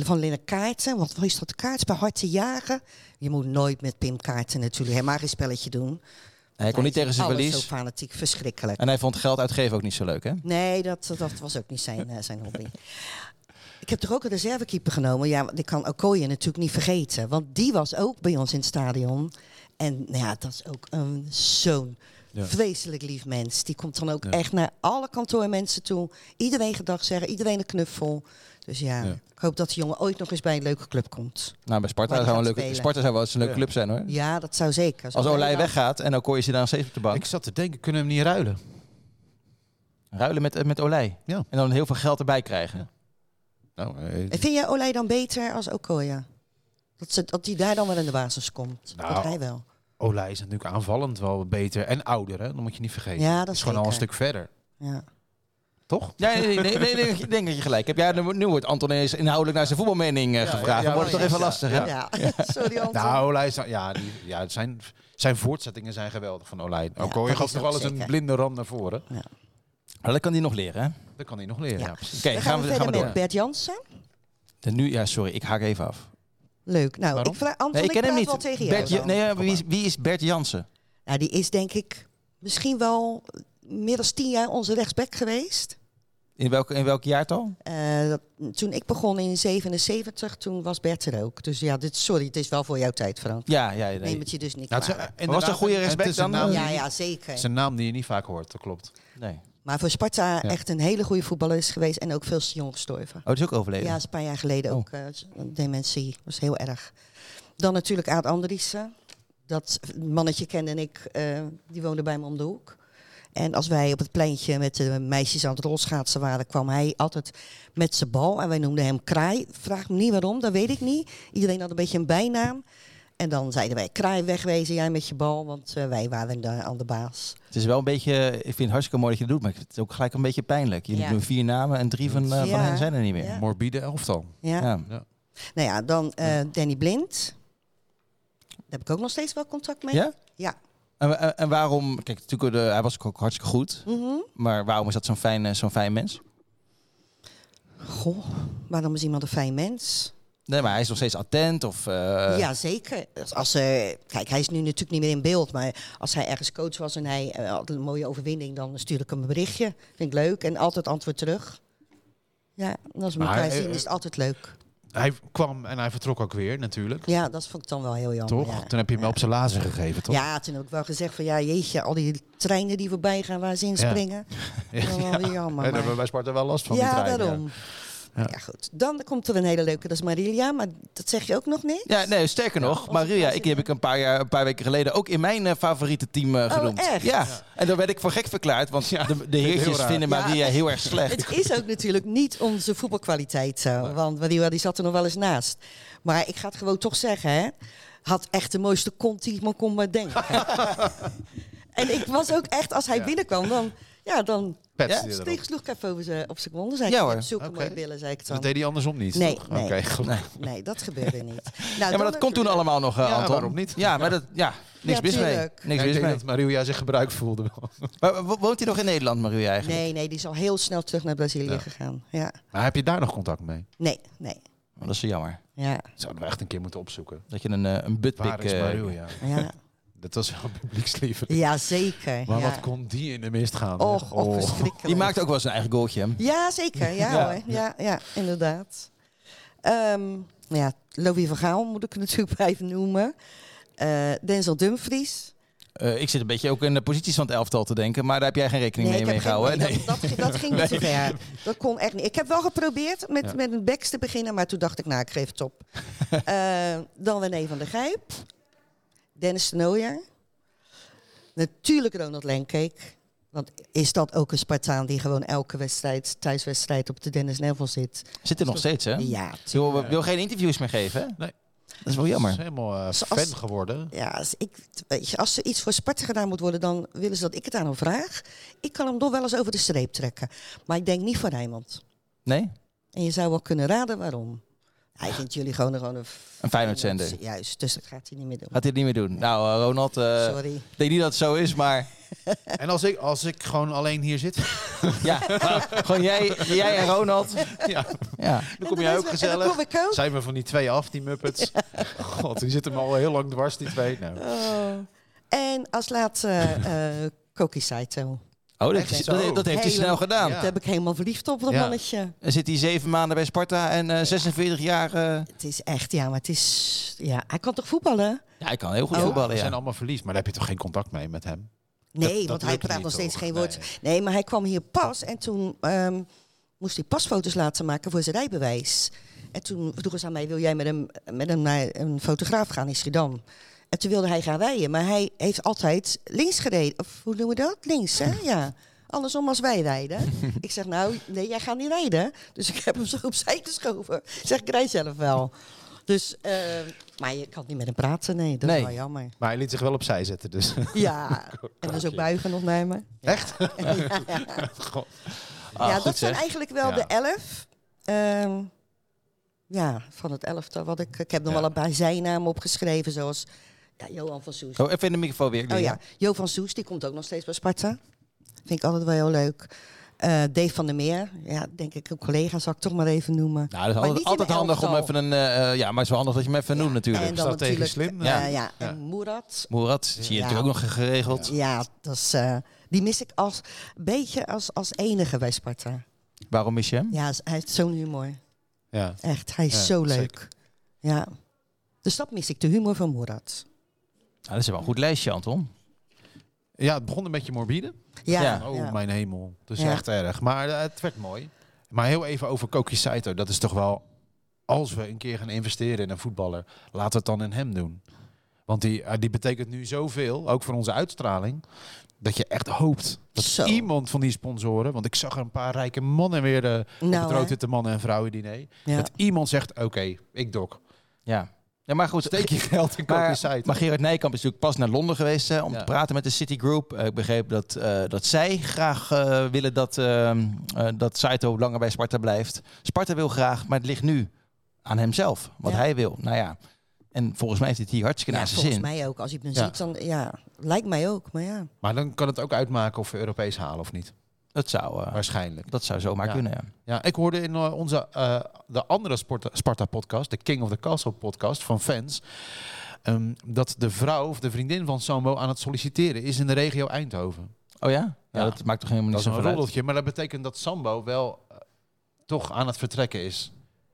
Speaker 3: Van Linne Kaarten, wat is dat? Kaarts bij Hartje Jagen. Je moet nooit met Pim Kaarten natuurlijk helemaal geen spelletje doen.
Speaker 2: Hij kon niet tegen zijn
Speaker 3: Alles
Speaker 2: verlies.
Speaker 3: zo fanatiek, verschrikkelijk.
Speaker 2: En hij vond geld uitgeven ook niet zo leuk, hè?
Speaker 3: Nee, dat, dat was ook niet zijn, eh, zijn hobby. Ik heb toch ook een reservekeeper genomen. Ja, want ik kan Okoye natuurlijk niet vergeten. Want die was ook bij ons in het stadion. En nou ja, dat is ook een zo'n
Speaker 4: Ja.
Speaker 3: vreselijk lief mens. Die komt dan ook echt naar alle kantoormensen toe. Iedereen gedag zeggen, iedereen een knuffel. Dus ja,
Speaker 4: Ja.
Speaker 3: ik hoop dat die jongen ooit nog eens bij een leuke club komt.
Speaker 2: Nou, bij Sparta
Speaker 3: Maar die
Speaker 2: zou, een
Speaker 3: gaat
Speaker 2: leuke,
Speaker 3: spelen.
Speaker 2: Sparta zou wel eens een leuke
Speaker 4: Ja.
Speaker 2: club zijn, hoor.
Speaker 3: Ja, dat zou zeker.
Speaker 2: Als
Speaker 3: Zo-
Speaker 2: Olij weggaat en dan kon je ze daar nog steeds op de bank.
Speaker 4: Ik zat te denken, kunnen we hem niet ruilen?
Speaker 2: Ruilen met, eh, met Olij.
Speaker 4: Ja.
Speaker 2: En dan heel veel geld erbij krijgen.
Speaker 4: Nou, eh,
Speaker 3: En Vind jij Olij dan beter als Okoye? Dat, ze, dat die daar dan wel in de basis komt. dat
Speaker 4: Nou,
Speaker 3: hij wel.
Speaker 4: Olij is natuurlijk aanvallend wel beter en ouder, hè? Dat moet je niet vergeten.
Speaker 3: Ja, dat
Speaker 4: is gewoon al een
Speaker 3: zeker.
Speaker 4: stuk verder,
Speaker 3: Ja.
Speaker 4: toch?
Speaker 2: Ja, nee, nee, nee, nee, nee, ik denk dat je gelijk hebt. Ja, nu nu wordt Anton ineens inhoudelijk naar zijn voetbalmening eh, gevraagd.
Speaker 4: ja,
Speaker 2: dan wordt het toch
Speaker 4: ja,
Speaker 2: even
Speaker 4: ja.
Speaker 2: lastig, hè?
Speaker 3: Ja, sorry Anton.
Speaker 4: Nou, Olij is, ja, die, ja, zijn, zijn voortzettingen zijn geweldig van Olij. Ook al
Speaker 3: dat
Speaker 4: gaf
Speaker 3: is
Speaker 4: nog
Speaker 3: ook
Speaker 4: wel eens een
Speaker 3: zeker.
Speaker 4: blinde ram naar voren.
Speaker 2: Maar dat kan hij nog leren, hè? Oké,
Speaker 4: Dat kan hij nog leren.
Speaker 3: Ja.
Speaker 4: Ja. precies.
Speaker 3: Dan
Speaker 2: gaan we, gaan we
Speaker 3: verder
Speaker 2: door.
Speaker 3: met Bert Jansen.
Speaker 2: En nu, ja, sorry, ik haak even af.
Speaker 3: Leuk. Nou,
Speaker 4: Waarom?
Speaker 3: ik vraag Anton,
Speaker 2: Nee, ik ken hem
Speaker 3: praat
Speaker 2: niet.
Speaker 3: wel tegen jou.
Speaker 2: Bert, Ja-
Speaker 3: dan.
Speaker 2: nee, ja, wie, is, wie is Bert Jansen?
Speaker 3: Nou, die is denk ik misschien wel meer dan tien jaar onze rechtsback geweest.
Speaker 2: In welk, in welk jaartal?
Speaker 3: Eh, dat- toen ik begon in 77, toen was Bert er ook. Dus ja, dit, sorry, het is wel voor jouw tijd, Frank.
Speaker 2: Ja, ja, nee.
Speaker 3: Neem het je dus niet
Speaker 4: Nou, het is, eh,
Speaker 3: kwalijk.
Speaker 4: inderdaad
Speaker 2: een goede
Speaker 4: en het
Speaker 2: respect
Speaker 4: is een
Speaker 2: dan?
Speaker 4: naam die-
Speaker 3: eh? Ja, ja,
Speaker 4: Het is
Speaker 3: zeker.
Speaker 4: een naam die je niet vaak hoort, dat klopt.
Speaker 2: nee. Oh,
Speaker 3: Maar voor Sparta echt een hele goede voetballer is geweest en ook veel te jong gestorven.
Speaker 2: dat Oh, is ook overleden.
Speaker 3: Ja, is een paar jaar geleden
Speaker 2: Oh.
Speaker 3: ook eh, dementie. was heel erg. Dan natuurlijk Aad Andriessen. dat mannetje kende ik, eh, die woonde bij me om de hoek. En als wij op het pleintje met de meisjes aan het rolschaatsen waren, kwam hij altijd met zijn bal. En wij noemden hem Kraai. Vraag me niet waarom, dat weet ik niet. Iedereen had een beetje een bijnaam. En dan zeiden wij, Kraai wegwezen, jij met je bal, want eh, wij waren de, aan de baas.
Speaker 2: Het is wel een beetje, ik vind het hartstikke mooi dat je dat doet, maar het is ook gelijk een beetje pijnlijk. Jullie
Speaker 5: Ja.
Speaker 2: doen vier namen en drie van, eh, van
Speaker 3: Ja.
Speaker 2: hen zijn er niet meer.
Speaker 3: Ja.
Speaker 4: Morbide elftal.
Speaker 3: Ja.
Speaker 2: Ja.
Speaker 3: Nou ja, dan eh, Danny Blind. Daar heb ik ook nog steeds wel contact mee.
Speaker 2: Ja?
Speaker 3: Ja.
Speaker 2: En, en- en waarom, kijk, natuurlijk, eh, hij was ook hartstikke goed,
Speaker 3: Mhm.
Speaker 2: maar waarom is dat zo'n fijn, eh, zo'n fijn mens?
Speaker 3: Goh, waarom is iemand een fijn mens?
Speaker 2: Nee, maar hij is nog steeds attent of... eh,
Speaker 3: ja, zeker. Als, als, eh, kijk, hij is nu natuurlijk niet meer in beeld. Maar als hij ergens coach was en hij eh, had een mooie overwinning, dan stuur ik hem een berichtje. Vind ik leuk. En altijd antwoord terug. Ja, en als we
Speaker 4: Maar,
Speaker 3: elkaar
Speaker 4: eh,
Speaker 3: zien, is het altijd leuk.
Speaker 4: Hij kwam en hij vertrok ook weer natuurlijk.
Speaker 3: Ja, dat vond ik dan wel heel jammer.
Speaker 4: Toch?
Speaker 3: Ja.
Speaker 4: Toen heb je hem wel op zijn lazen gegeven, toch?
Speaker 3: Ja, toen heb ik wel gezegd van ja, jeetje, al die treinen die voorbij gaan waar ze in
Speaker 4: Ja.
Speaker 3: springen. Dat is wel weer Oh, jammer.
Speaker 4: En daar
Speaker 3: maar-
Speaker 4: hebben wij Sparta wel last van. die
Speaker 3: ja,
Speaker 4: trein,
Speaker 3: daarom. Ja. goed. Dan komt er een hele leuke, dat is Marilia, maar dat zeg je ook nog niet?
Speaker 2: Ja, nee, sterker nog, Maria, ik die heb ik een paar, jaar, een paar weken geleden ook in mijn eh, favoriete team eh, genoemd.
Speaker 3: Oh, echt?
Speaker 2: Ja. en dan werd ik voor gek verklaard, want de, de
Speaker 4: heel
Speaker 2: heertjes
Speaker 4: raar.
Speaker 2: vinden Maria
Speaker 3: Ja.
Speaker 2: heel erg slecht.
Speaker 3: Het is ook natuurlijk niet onze voetbalkwaliteit zo, want Marilia die zat er nog wel eens naast. Maar ik ga het gewoon toch zeggen, hè. Had echt de mooiste kont die ik me kon maar denken. en ik was ook echt, als hij binnenkwam, dan, ja, dan
Speaker 4: Pets
Speaker 2: Ja?
Speaker 4: die erop.
Speaker 3: steeg, sloeg ik even over zijn- op zijn konden. Zei ik,
Speaker 2: Ja,
Speaker 3: je
Speaker 2: hoor.
Speaker 3: hebt zulke
Speaker 4: Oké.
Speaker 3: mooie billen, zei ik
Speaker 4: Dat
Speaker 3: dan.
Speaker 4: deed hij andersom niet.
Speaker 3: Nee,
Speaker 4: toch?
Speaker 3: nee.
Speaker 4: Oké, goed.
Speaker 3: Nee, dat gebeurde niet. Nou,
Speaker 2: Ja, maar dat kon toen allemaal nog, eh,
Speaker 4: Ja,
Speaker 2: Anton.
Speaker 4: waarom niet?
Speaker 2: Ja, maar dat, ja, niks
Speaker 3: Ja,
Speaker 2: mis mee.
Speaker 3: tuurlijk.
Speaker 2: Niks
Speaker 4: Ja, ik
Speaker 2: mis
Speaker 4: denk
Speaker 2: mee.
Speaker 4: dat Maria zich gebruikt voelde. wel.
Speaker 2: Maar wo- woont hij nog in Nederland, Maria, eigenlijk?
Speaker 3: Nee, nee, die is al heel snel terug naar Brazilië
Speaker 4: Ja.
Speaker 3: gegaan. Ja.
Speaker 4: Maar heb je daar nog contact mee?
Speaker 3: Nee, nee.
Speaker 2: Oh, dat is zo jammer.
Speaker 3: Ja,
Speaker 4: Zouden we echt een keer moeten opzoeken.
Speaker 2: Dat je een, eh, een buttpick...
Speaker 4: Waar is
Speaker 2: eh,
Speaker 4: Maria?
Speaker 3: ja.
Speaker 4: Dat was wel publieksliever.
Speaker 3: ja zeker.
Speaker 4: Maar
Speaker 3: ja.
Speaker 4: wat kon die in de mist gaan? hè? Oh,
Speaker 3: Och, och, verschrikkelijk.
Speaker 2: Oh. die maakt ook wel zijn eigen goaltje. hè?
Speaker 3: Ja, zeker. Ja,
Speaker 2: Ja.
Speaker 3: hoor. Ja, ja, inderdaad. Ehm, nou ja, Louis van Gaal moet ik er natuurlijk blijven noemen. Eh, Denzel Dumfries.
Speaker 2: Eh, ik zit een beetje ook in de posities van het elftal te denken, maar daar heb jij geen rekening
Speaker 3: ik
Speaker 2: mee mee
Speaker 3: heb geen-
Speaker 2: gehouden. hè?
Speaker 3: nee, Dat, dat, dat ging niet zo ver. Dat kon echt niet. Ik heb wel geprobeerd met,
Speaker 4: Ja.
Speaker 3: met een backs te beginnen, maar toen dacht ik, nou, ik geef het op. Eh, dan René van der Gijp. Dennis de Nooijer. Natuurlijk Ronald Lenkeek. Want is dat ook een Spartaan die gewoon elke wedstrijd, thuiswedstrijd op de Dennis Neville zit?
Speaker 2: Zit er nog steeds, hè?
Speaker 3: Ja,
Speaker 2: Ze wil, wil geen interviews meer geven, hè?
Speaker 4: Nee.
Speaker 2: Dat is wel
Speaker 4: Jammer. Ze
Speaker 2: jammer.
Speaker 4: is helemaal eh,
Speaker 3: Zoals-
Speaker 4: fan geworden.
Speaker 3: Ja, als, ik, weet je, als er iets voor Sparta gedaan moet worden, dan willen ze dat ik het aan hem vraag. Ik kan hem nog wel eens over de streep trekken. Maar ik denk niet voor Rijmond.
Speaker 2: Nee?
Speaker 3: En je zou wel kunnen raden waarom. Hij vindt jullie gewoon, gewoon een...
Speaker 2: Een Feyenoordzender.
Speaker 3: Juist, dus dat gaat hij niet meer doen.
Speaker 2: Gaat hij het niet meer doen? Nou, eh, Ronald, eh,
Speaker 3: Sorry.
Speaker 2: ik denk niet dat het zo is, maar
Speaker 4: En als ik, als ik gewoon alleen hier zit,
Speaker 2: ja, gewoon jij, jij en Ronald.
Speaker 4: ja,
Speaker 2: Ja.
Speaker 4: dan kom jij ook
Speaker 3: En dan
Speaker 4: gezellig.
Speaker 3: kom ik ook.
Speaker 4: Zijn we van die twee af, die Muppets? God, die zitten me al heel lang dwars, die twee. Nou.
Speaker 3: Oh. En als laatste eh Koki Saito.
Speaker 2: Oh, dat,
Speaker 4: Echt
Speaker 2: is-
Speaker 4: zo.
Speaker 2: dat, dat heeft hij
Speaker 3: Hele-
Speaker 2: snel gedaan.
Speaker 4: Ja.
Speaker 3: Daar heb ik helemaal verliefd op, dat
Speaker 4: Ja.
Speaker 3: mannetje.
Speaker 2: Dan zit hij zeven maanden bij Sparta en eh, 46 jaar... eh,
Speaker 3: Het is echt, ja, maar het is... Ja, hij kan toch voetballen?
Speaker 2: ja, hij kan heel goed
Speaker 3: Oh.
Speaker 2: voetballen,
Speaker 4: We
Speaker 2: ja.
Speaker 4: zijn allemaal verliefd, maar daar heb je toch geen contact mee met hem?
Speaker 3: Nee,
Speaker 4: dat
Speaker 3: want hij
Speaker 4: lukt
Speaker 3: praat
Speaker 4: niet,
Speaker 3: nog steeds
Speaker 4: toch?
Speaker 3: geen woord. Nee. maar hij kwam hier pas en toen ehm, moest hij pasfoto's laten maken voor zijn rijbewijs. En toen vroegen ze aan mij, wil jij met hem, met hem naar een fotograaf gaan in Schiedam? En toen wilde hij gaan rijden, maar hij heeft altijd links gereden. Of hoe noemen we dat? Links, hè? Ja. Andersom als wij rijden. ik zeg, nou, nee, jij gaat niet rijden. Dus ik heb hem zo opzij geschoven. Ik zeg, ik rijd zelf wel. Dus, ehm, maar je kan niet met hem praten, nee. Dat
Speaker 2: Nee.
Speaker 3: is wel jammer.
Speaker 4: Maar hij liet zich wel opzij zetten, dus.
Speaker 3: Ja, en dus ook buigen nog naar me.
Speaker 4: Echt? God.
Speaker 2: Ah,
Speaker 3: ja,
Speaker 2: goed,
Speaker 3: dat zijn
Speaker 2: zeg.
Speaker 3: eigenlijk wel
Speaker 4: Ja.
Speaker 3: de elf. ehm, ja, van het elftal. Wat ik, ik heb nog
Speaker 4: Ja.
Speaker 3: wel een paar zijnamen opgeschreven, zoals ja, Johan van Soes.
Speaker 2: Oh, even in de microfoon weer.
Speaker 3: Oh ja, Jo van Soes, die komt ook nog steeds bij Sparta. Vind ik altijd wel heel leuk. Eh Dave van der Meer, ja, denk ik een collega, zal ik toch maar even noemen.
Speaker 2: Nou, dat is
Speaker 3: Maar niet
Speaker 2: altijd,
Speaker 3: in
Speaker 2: altijd
Speaker 3: de
Speaker 2: handig om
Speaker 3: elftal.
Speaker 2: even een... eh, eh, ja, maar het is wel handig dat je hem even noemt natuurlijk.
Speaker 3: En dan
Speaker 4: Strategisch
Speaker 3: natuurlijk,
Speaker 4: slim,
Speaker 3: eh,
Speaker 2: ja.
Speaker 3: ja. en Moerad.
Speaker 2: Moerat, zie je
Speaker 3: Ja.
Speaker 2: natuurlijk ook nog geregeld.
Speaker 3: Ja, dat is, eh, die mis ik als beetje als, als enige bij Sparta.
Speaker 2: Waarom mis je hem?
Speaker 3: Ja, hij heeft zo'n humor.
Speaker 4: Ja.
Speaker 3: Echt, hij is
Speaker 4: Ja,
Speaker 3: zo leuk.
Speaker 4: zeker.
Speaker 3: Ja. Dus dat mis ik, de humor van Moerad.
Speaker 2: Nou, dat is wel een goed lijstje, Anton.
Speaker 4: ja, het begon een beetje morbide.
Speaker 3: Ja,
Speaker 2: Ja.
Speaker 4: Oh,
Speaker 3: ja.
Speaker 4: mijn hemel. Dat is
Speaker 3: Ja.
Speaker 4: echt erg. Maar eh, het werd mooi. Maar heel even over Koki Saito. Dat is toch wel... Als we een keer gaan investeren in een voetballer, laat het dan in hem doen. Want die, eh, die betekent nu zoveel, ook voor onze uitstraling, dat je echt hoopt dat
Speaker 3: Zo.
Speaker 4: iemand van die sponsoren, want ik zag er een paar rijke mannen weer eh op
Speaker 3: Nou,
Speaker 4: het
Speaker 3: hè.
Speaker 4: roodwitte mannen en vrouwen diner,
Speaker 3: Ja.
Speaker 4: dat iemand zegt, oké, ik dok.
Speaker 2: Ja. ja, maar goed. eh,
Speaker 4: Steek je geld in
Speaker 2: Maar,
Speaker 4: Kokkie
Speaker 2: maar Gerard Nijkamp is natuurlijk pas naar Londen geweest eh, om
Speaker 4: Ja.
Speaker 2: te praten met de Citigroup. Eh, ik begreep dat, eh, dat zij graag eh, willen dat, eh, eh, dat Saito langer bij Sparta blijft. Sparta wil graag, maar het ligt nu aan hemzelf. Wat
Speaker 3: Ja.
Speaker 2: hij wil. Nou ja. En volgens mij heeft het hier hartstikke
Speaker 3: Ja,
Speaker 2: naar zijn
Speaker 3: volgens
Speaker 2: zin.
Speaker 3: mij ook. Als je het
Speaker 4: Ja.
Speaker 3: ziet, dan ja, lijkt mij ook. Maar ja,
Speaker 4: Maar dan kan het ook uitmaken of we Europees halen of niet.
Speaker 2: Dat, zou,
Speaker 3: Ah.
Speaker 2: eh,
Speaker 4: Waarschijnlijk.
Speaker 2: dat zou zomaar
Speaker 4: Ja.
Speaker 2: kunnen. Ja.
Speaker 4: Ja, ik hoorde in eh, onze eh, de andere Sporta- Sparta-podcast, de King of the Castle podcast van fans, ehm, dat de vrouw of de vriendin van Sambo aan het solliciteren is in de regio Eindhoven.
Speaker 2: Oh ja? ja?
Speaker 4: Ja.
Speaker 2: dat maakt toch helemaal niet
Speaker 4: Dat is
Speaker 2: zo
Speaker 4: een
Speaker 2: veel uit.
Speaker 4: roddeltje, maar dat betekent dat Sambo wel eh, toch aan het vertrekken is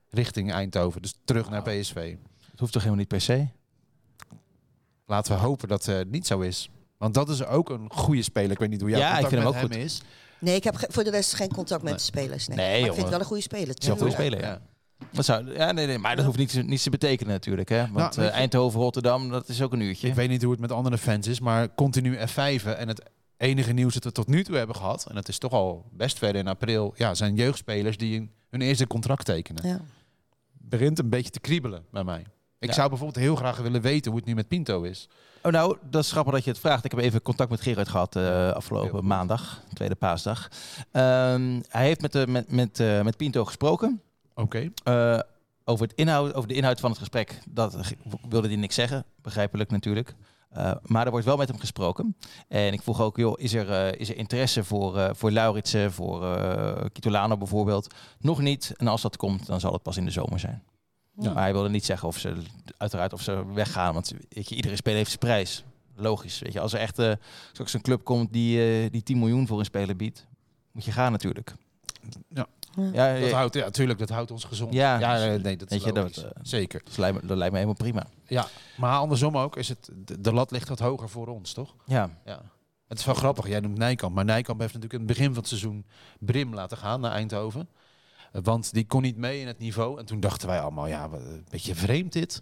Speaker 4: richting Eindhoven, dus terug naar PSV.
Speaker 2: Het hoeft toch helemaal niet per se?
Speaker 4: Laten we hopen dat eh, het niet zo is. Want dat is ook een goede speler. Ik weet niet hoe jij
Speaker 2: Ja,
Speaker 4: contact
Speaker 2: ik vind hem
Speaker 4: met
Speaker 2: ook goed.
Speaker 4: is.
Speaker 3: nee, ik heb ge- voor de rest geen contact met de spelers. Nee,
Speaker 2: Nee,
Speaker 3: maar ik vind
Speaker 2: jongen.
Speaker 3: het wel een goede speler.
Speaker 2: is een goede
Speaker 3: tuurlijk.
Speaker 2: speler, ja. Dat zou, ja, nee, nee, maar dat hoeft niets, niets te betekenen natuurlijk. Hè? Want
Speaker 4: Nou, weet je-
Speaker 2: eh, Eindhoven, Rotterdam, dat is ook een uurtje.
Speaker 4: Ik weet niet hoe het met andere fans is, maar continu F5 en het enige nieuws dat we tot nu toe hebben gehad, en dat is toch al best ver in april, ja, zijn jeugdspelers die hun- hun eerste contract tekenen.
Speaker 3: Ja.
Speaker 4: Begint een beetje te kriebelen bij mij. Ik
Speaker 2: Ja.
Speaker 4: zou bijvoorbeeld heel graag willen weten hoe het nu met Pinto is.
Speaker 2: Oh, nou, dat is grappig dat je het vraagt. Ik heb even contact met Gerard gehad eh,
Speaker 4: Heel
Speaker 2: afgelopen
Speaker 4: goed.
Speaker 2: maandag, tweede paasdag. Ehm, hij heeft met, de met, met, eh, met Pinto gesproken.
Speaker 4: Oké.
Speaker 2: Eh, over, het inhoud, over de inhoud van het gesprek, dat ge- wilde hij niks zeggen. Begrijpelijk natuurlijk. Eh, maar er wordt wel met hem gesproken. En ik vroeg ook, joh, is er, eh, is er interesse voor, eh voor Lauritsen, voor eh Kitolano bijvoorbeeld? Nog niet. En als dat komt, dan zal het pas in de zomer zijn.
Speaker 4: Ja.
Speaker 2: Maar hij wilde niet zeggen of ze, uiteraard of ze weggaan. Want weet je, iedere speler heeft zijn prijs. Logisch. Weet je, als er echt eh, straks een club komt die, eh, die 10 miljoen voor een speler biedt, moet je gaan natuurlijk.
Speaker 4: Ja.
Speaker 2: ja,
Speaker 4: Dat houdt, ja, tuurlijk, dat houdt ons gezond.
Speaker 2: Ja.
Speaker 4: eh, nee, dat is
Speaker 2: Weet je, dat,
Speaker 4: logisch.
Speaker 2: eh,
Speaker 4: Zeker.
Speaker 2: dat lijkt me- dat lijkt me helemaal prima.
Speaker 4: Ja. Maar andersom ook, is het, de, de lat ligt wat hoger voor ons, toch?
Speaker 2: Ja.
Speaker 4: Ja. Het is wel grappig, jij noemt Nijkamp. Maar Nijkamp heeft natuurlijk in het begin van het seizoen Brim laten gaan naar Eindhoven. Eh, Want die kon niet mee in het niveau. En toen dachten wij allemaal, ja, wat een beetje vreemd dit.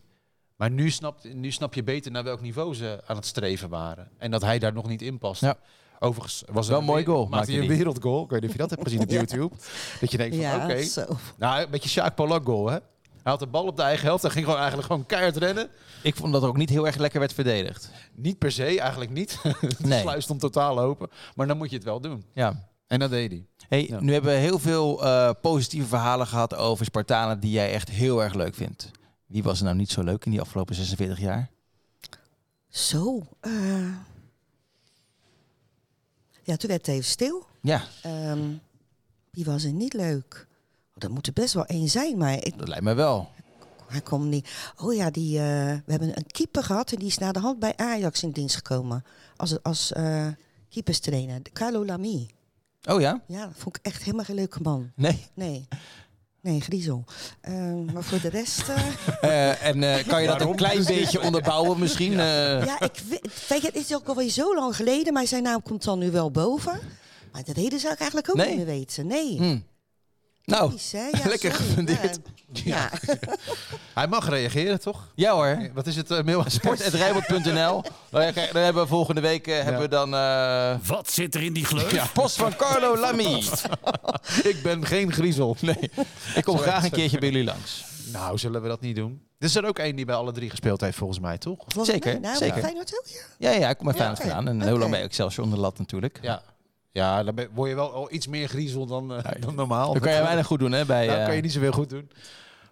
Speaker 4: Maar nu snap, nu snap je beter naar welk niveau ze aan het streven waren. En dat hij daar nog niet in past.
Speaker 2: Ja.
Speaker 4: Overigens was
Speaker 2: Wel
Speaker 4: er
Speaker 2: mooi goal
Speaker 4: Maakte
Speaker 2: maakte
Speaker 4: hij een
Speaker 2: die.
Speaker 4: wereldgoal. Ik weet niet of je dat hebt gezien op
Speaker 3: Ja.
Speaker 4: YouTube. Dat je denkt van,
Speaker 3: Ja,
Speaker 4: oké.
Speaker 3: zo.
Speaker 4: Nou, een beetje Sjaak Polak goal, hè. Hij had de bal op de eigen helft en ging gewoon eigenlijk gewoon keihard rennen.
Speaker 2: Ik vond dat er ook niet heel erg lekker werd verdedigd.
Speaker 4: Niet per se, eigenlijk niet. De
Speaker 2: Nee.
Speaker 4: sluis stond totaal open. Maar dan moet je het wel doen.
Speaker 2: Ja.
Speaker 4: En dat deed hij.
Speaker 2: Hey,
Speaker 4: Ja.
Speaker 2: Nu hebben we heel veel eh, positieve verhalen gehad over Spartanen die jij echt heel erg leuk vindt. Wie was er nou niet zo leuk in die afgelopen 46 jaar?
Speaker 3: Zo. eh. Ja, toen werd het even stil.
Speaker 2: Ja,
Speaker 3: Ehm, die was er niet leuk. Oh, dat moet er best wel één zijn, maar ik,
Speaker 2: dat lijkt me wel.
Speaker 3: hij kwam niet. Oh ja, die, eh, we hebben een keeper gehad en die is na de hand bij Ajax in dienst gekomen. Als, als eh, keeperstrainer. Carlo Lamy.
Speaker 2: Oh ja?
Speaker 3: Ja, dat vond ik echt helemaal geen leuke man.
Speaker 2: Nee.
Speaker 3: Nee. Nee, griezel. Ehm, maar voor de rest... eh,
Speaker 2: Eh, en eh, kan je dat een klein beetje onderbouwen misschien? Eh,
Speaker 3: Ja, ik weet, weet je, het is ook alweer zo lang geleden, maar zijn naam komt dan nu wel boven. Maar dat reden zou ik eigenlijk ook
Speaker 2: Nee.
Speaker 3: niet meer weten. Nee.
Speaker 2: hm. Nou,
Speaker 3: Precies, hè? Ja,
Speaker 2: lekker
Speaker 3: sorry.
Speaker 2: gefundeerd.
Speaker 3: Ja. Ja.
Speaker 4: Hij mag reageren, toch?
Speaker 2: ja hoor.
Speaker 4: Wat is het eh, mail?
Speaker 2: Sport.rijboot.nl. Nou ja, kijk, dan hebben we volgende week eh, hebben we dan eh,
Speaker 1: Wat zit er in die gleuf?
Speaker 2: post van Carlo Lamy.
Speaker 4: Ik ben geen griezel. Nee.
Speaker 2: Ik kom graag een keertje bij jullie langs.
Speaker 4: Nou, zullen we dat niet doen? Er is er ook één die bij alle drie gespeeld heeft, volgens mij, toch?
Speaker 3: Volgens
Speaker 2: Zeker,
Speaker 3: mij, nou,
Speaker 2: zeker.
Speaker 3: Feyenoord ook, ja.
Speaker 2: Ja, ja, ik kom bij Feyenoord
Speaker 3: oké.
Speaker 2: vandaan. En heel
Speaker 3: Oké.
Speaker 2: lang bij Excelsior onder de lat natuurlijk.
Speaker 4: Ja. Ja, dan ben- word je wel al iets meer griezel dan, eh, dan normaal.
Speaker 2: Dan kan je weinig goed doen, hè? Bij,
Speaker 4: Nou,
Speaker 2: eh,
Speaker 4: kan je niet zoveel goed doen.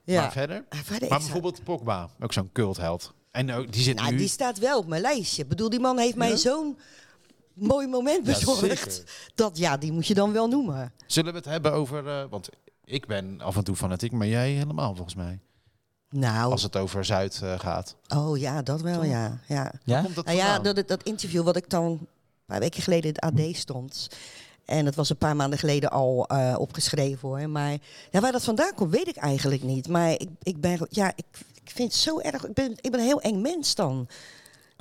Speaker 4: Maar verder?
Speaker 3: Ah, verder, ik
Speaker 4: Maar
Speaker 3: zou-
Speaker 4: bijvoorbeeld Pogba, ook zo'n cultheld. En ook- die zit
Speaker 3: Nou,
Speaker 4: nu...
Speaker 3: die staat wel op mijn lijstje. Ik bedoel, die man heeft mij zo'n mooi moment
Speaker 4: Ja,
Speaker 3: bezorgd.
Speaker 4: zeker.
Speaker 3: dat, ja, die moet je dan wel noemen.
Speaker 4: Zullen we het hebben over... eh, want ik ben af en toe fanatiek, maar jij helemaal, volgens mij.
Speaker 3: Nou,
Speaker 4: Als het over Zuid eh, gaat.
Speaker 3: oh ja, dat wel, ja. ja.
Speaker 2: ja?
Speaker 4: Komt dat
Speaker 3: Nou ja,
Speaker 4: vandaan?
Speaker 3: dat, dat interview wat ik dan een paar weken geleden in het AD stond. En dat was een paar maanden geleden al eh, opgeschreven hoor. Maar ja, waar dat vandaan komt, weet ik eigenlijk niet. Maar ik, ik ben, ja, ik, ik vind het zo erg. Ik ben, ik ben een heel eng mens dan. Ik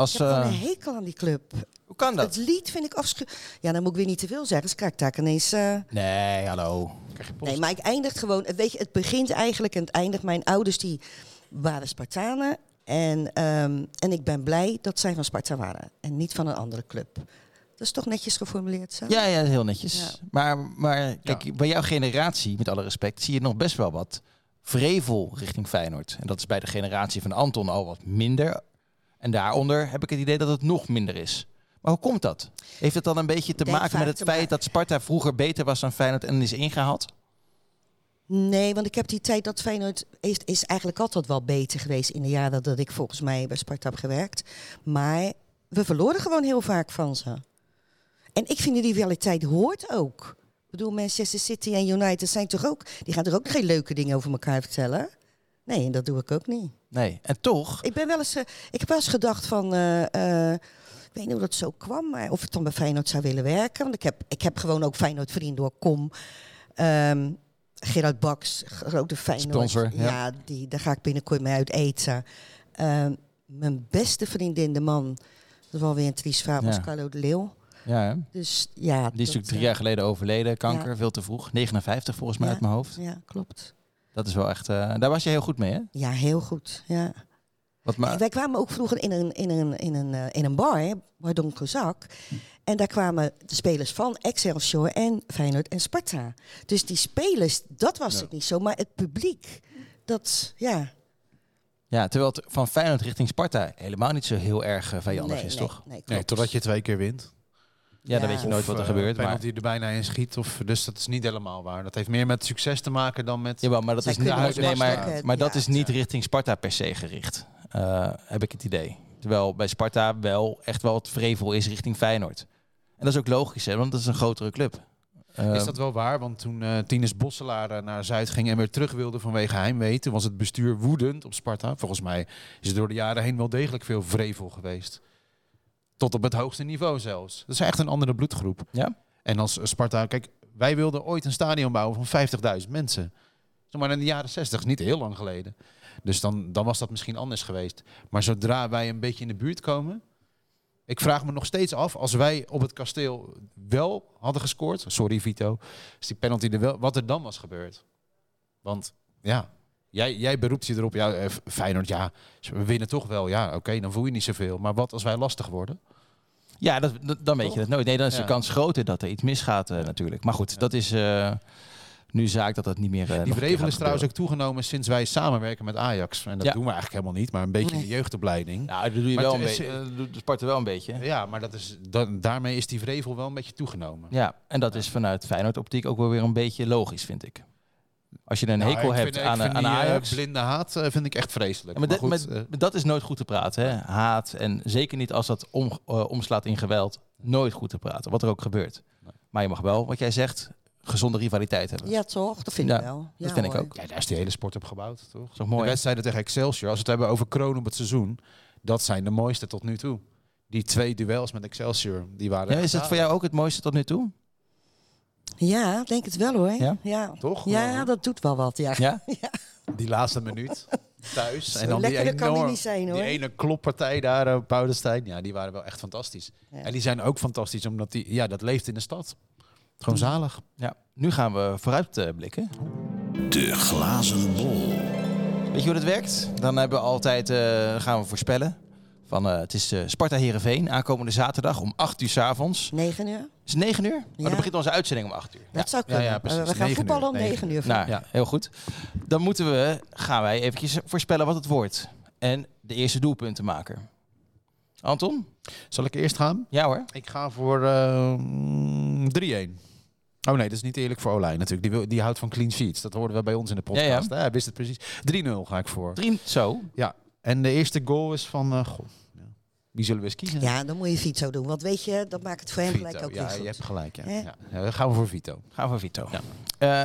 Speaker 2: Als,
Speaker 3: heb gewoon
Speaker 2: eh,
Speaker 3: een hekel aan die club.
Speaker 2: hoe kan
Speaker 4: Nou.
Speaker 3: Het
Speaker 2: dat?
Speaker 3: lied vind ik afschuwelijk. Ja, dan moet ik weer niet te veel zeggen. Dus krijg ik daar ineens... eh,
Speaker 2: Nee, hallo.
Speaker 4: Krijg je post?
Speaker 3: Nee, maar ik eindigt gewoon. Weet je, het begint eigenlijk en het eindigt. Mijn ouders die waren Spartanen. En, ehm, en ik ben blij dat zij van Sparta waren en niet van een andere club. Dat is toch netjes geformuleerd zo?
Speaker 2: Ja, ja, heel netjes.
Speaker 3: Ja.
Speaker 2: Maar, maar kijk, bij jouw generatie, met alle respect, zie je nog best wel wat vrevel richting Feyenoord. En dat is bij de generatie van Anton al wat minder. En daaronder heb ik het idee dat het nog minder is. Maar hoe komt dat? Heeft het dan een beetje te
Speaker 3: denk
Speaker 2: maken
Speaker 3: vaak
Speaker 2: met het
Speaker 3: te
Speaker 2: feit
Speaker 3: maken-
Speaker 2: dat Sparta vroeger beter was dan Feyenoord en is ingehaald?
Speaker 3: Nee, want ik heb die tijd dat Feyenoord is, is eigenlijk altijd wel beter geweest in de jaren dat ik volgens mij bij Sparta heb gewerkt. Maar we verloren gewoon heel vaak van ze. En ik vind die rivaliteit hoort ook. Ik bedoel, Manchester City en United zijn toch ook, die gaan toch ook geen leuke dingen over elkaar vertellen? Nee, en dat doe ik ook niet.
Speaker 2: Nee. En toch,
Speaker 3: Ik ben wel eens, eh, ik heb wel eens gedacht van, eh, eh, ik weet niet hoe dat zo kwam, maar of ik dan bij Feyenoord zou willen werken. Want ik heb, ik heb gewoon ook Feyenoord vrienden door Kom. Ehm, Gerard Baks, grote Feyenoord.
Speaker 2: Sponsor, ja.
Speaker 3: die, daar ga ik binnenkort mee uit eten. Ehm, mijn beste vriendin, de man, dat is wel weer een triest verhaal, was
Speaker 2: Ja.
Speaker 3: Carlo de Leeuw.
Speaker 2: ja, hè?
Speaker 3: Dus ja.
Speaker 2: die is natuurlijk drie jaar geleden overleden, kanker, veel te vroeg. 59 volgens mij
Speaker 3: Ja.
Speaker 2: uit mijn hoofd.
Speaker 3: eh, Ja, klopt.
Speaker 2: Dat is wel echt, eh, daar was je heel goed mee hè?
Speaker 3: Ja, heel goed. Ja.
Speaker 2: Wat maar,
Speaker 3: Wij kwamen ook vroeger in een, in een, in een, eh, in een bar, hè, Bar Don Kozak. En daar kwamen de spelers van Excelsior en Feyenoord en Sparta. Dus die spelers, dat was het niet zo. Maar het publiek, dat, ja.
Speaker 2: Ja, terwijl het van Feyenoord richting Sparta helemaal niet zo heel erg eh, vijandig
Speaker 3: nee,
Speaker 2: is,
Speaker 3: nee,
Speaker 2: toch?
Speaker 3: Nee, klopt.
Speaker 4: Nee, totdat je twee keer wint.
Speaker 2: Ja, dan weet je
Speaker 3: Of,
Speaker 2: nooit wat er
Speaker 4: eh,
Speaker 2: gebeurt. Maar,
Speaker 4: penalty er bijna in schiet. Of, dus dat is niet helemaal waar. Dat heeft meer met succes te maken dan met...
Speaker 2: jawel, maar dat
Speaker 3: Zij
Speaker 2: is niet,
Speaker 3: kunnen
Speaker 4: ons
Speaker 2: nee, maar,
Speaker 3: vastleggen,
Speaker 2: maar dat
Speaker 3: ja,
Speaker 2: is niet richting Sparta per se gericht, eh, heb ik het idee. Terwijl bij Sparta wel echt wel het vrevel is richting Feyenoord. En dat is ook logisch, hè, want dat is een grotere club. Eh,
Speaker 4: Is dat wel waar? Want toen eh Tinus Bosselaar eh, naar Zuid ging en weer terug wilde vanwege heimwee, toen was het bestuur woedend op Sparta. Volgens mij is er door de jaren heen wel degelijk veel vrevel geweest. Tot op het hoogste niveau zelfs. Dat is echt een andere bloedgroep.
Speaker 2: Ja?
Speaker 4: En als Sparta, kijk, wij wilden ooit een stadion bouwen van 50.000 mensen. Zeg Maar in de jaren 60, niet heel lang geleden. Dus dan, dan was dat misschien anders geweest. Maar zodra wij een beetje in de buurt komen. Ik vraag me nog steeds af, als wij op het kasteel wel hadden gescoord. Sorry Vito, als die penalty er wel, wat er dan was gebeurd. Want ja, jij, jij beroept je erop. Ja, eh, Feyenoord, ja, we winnen toch wel. Ja, oké, dan voel je niet zoveel. Maar wat als wij lastig worden?
Speaker 2: Ja, dat, dat- dan weet je dat nooit. Nee, dan is
Speaker 4: Ja.
Speaker 2: de kans groter dat er iets misgaat eh, natuurlijk. Maar goed, dat is eh, nu zaak dat dat niet meer... eh, nog een
Speaker 4: Die
Speaker 2: keer
Speaker 4: regel
Speaker 2: gaat
Speaker 4: is trouwens
Speaker 2: gebeuren.
Speaker 4: ook toegenomen sinds wij samenwerken met Ajax. En dat
Speaker 2: Ja.
Speaker 4: doen we eigenlijk helemaal niet, maar een beetje in de jeugdopleiding.
Speaker 2: Nou, dat doe je
Speaker 4: Maar
Speaker 2: wel een
Speaker 4: het is-
Speaker 2: beetje. eh, doet Sparta wel een beetje. hè?
Speaker 4: Ja, maar dat is, da- daarmee is die vrevel wel een beetje toegenomen.
Speaker 2: Ja, en dat is vanuit Feyenoord-optiek ook wel weer een beetje logisch, vind ik. Als je een
Speaker 4: Nou,
Speaker 2: hekel
Speaker 4: ik
Speaker 2: hebt
Speaker 4: vind- ik
Speaker 2: aan,
Speaker 4: vind
Speaker 2: aan
Speaker 4: die, eh,
Speaker 2: Ajax...
Speaker 4: blinde haat eh, vind ik echt vreselijk.
Speaker 2: Ja, maar
Speaker 4: maar
Speaker 2: dat-
Speaker 4: goed,
Speaker 2: maar-
Speaker 4: eh,
Speaker 2: maar dat is nooit goed te praten, hè? Haat en zeker niet als dat om, eh, omslaat in geweld. Nooit goed te praten, wat er ook gebeurt. Maar je mag wel, wat jij zegt, gezonde rivaliteit hebben.
Speaker 3: Ja, toch? Dat vind
Speaker 2: Ja,
Speaker 3: ik wel. Ja,
Speaker 2: dat vind ik
Speaker 3: hoor.
Speaker 2: ook.
Speaker 4: ja, daar is die hele sport op gebouwd, toch?
Speaker 2: toch mooi,
Speaker 4: de
Speaker 2: hè?
Speaker 4: wedstrijden tegen Excelsior, als we het hebben over kroon op het seizoen, dat zijn de mooiste tot nu toe. Die twee duels met Excelsior, die waren
Speaker 2: Ja,
Speaker 4: echt
Speaker 2: is het voor jou ook het mooiste tot nu toe?
Speaker 3: Ja, denk het wel hoor.
Speaker 2: Ja?
Speaker 3: Ja, ja.
Speaker 4: Toch?
Speaker 3: ja dat doet wel wat. Ja.
Speaker 2: Ja?
Speaker 4: die laatste minuut thuis.
Speaker 3: Zo
Speaker 4: en dan die
Speaker 3: lekkerder kan die
Speaker 4: enorm-
Speaker 3: niet zijn, hoor.
Speaker 4: Die ene kloppartij daar, eh, Paulenstein. Ja, die waren wel echt fantastisch.
Speaker 3: Ja.
Speaker 4: En die zijn ook fantastisch, omdat die, ja, dat leeft in de stad. Gewoon zalig.
Speaker 2: Ja. Nu gaan we vooruit eh, blikken.
Speaker 1: De glazen bol.
Speaker 2: Weet je hoe dat werkt? Dan hebben we altijd, eh, gaan we voorspellen. Van, eh, het is eh, Sparta-Herenveen aankomende zaterdag om 8 uur s avonds.
Speaker 3: Negen uur?
Speaker 2: Is het 9 uur? Maar
Speaker 3: Ja.
Speaker 2: dan begint onze uitzending om 8 uur.
Speaker 3: Dat zou
Speaker 4: ja, ja,
Speaker 3: kunnen. Eh,
Speaker 4: precies.
Speaker 3: we
Speaker 4: Negen
Speaker 3: gaan
Speaker 4: uur,
Speaker 3: voetballen om
Speaker 4: negen
Speaker 3: negen uur.
Speaker 2: Nou,
Speaker 4: Ja.
Speaker 2: heel goed. Dan moeten we, gaan wij eventjes voorspellen wat het wordt. En de eerste doelpunten maken. Anton?
Speaker 4: Zal ik eerst gaan?
Speaker 2: Ja hoor.
Speaker 4: Ik ga voor eh, 3-1. Oh nee, dat is niet eerlijk voor Olij natuurlijk. Die, wil, die houdt van clean sheets. Dat hoorden we bij ons in de podcast.
Speaker 2: Ja,
Speaker 4: Hè? Hij wist het precies. 3-0 ga ik voor.
Speaker 2: Drie, zo.
Speaker 4: Ja. En de eerste goal is van... eh, goh, ja. Wie zullen we eens kiezen?
Speaker 3: Ja, dan moet je Vito doen. Want weet je, dat maakt het voor hem gelijk
Speaker 4: Vito.
Speaker 3: ook
Speaker 4: Ja,
Speaker 3: weer
Speaker 4: je
Speaker 3: goed.
Speaker 4: hebt gelijk. Ja.
Speaker 3: Hè? Mhm.
Speaker 4: Ja. Ja, dan gaan we voor Vito.
Speaker 2: Gaan we Vito.
Speaker 4: Ja.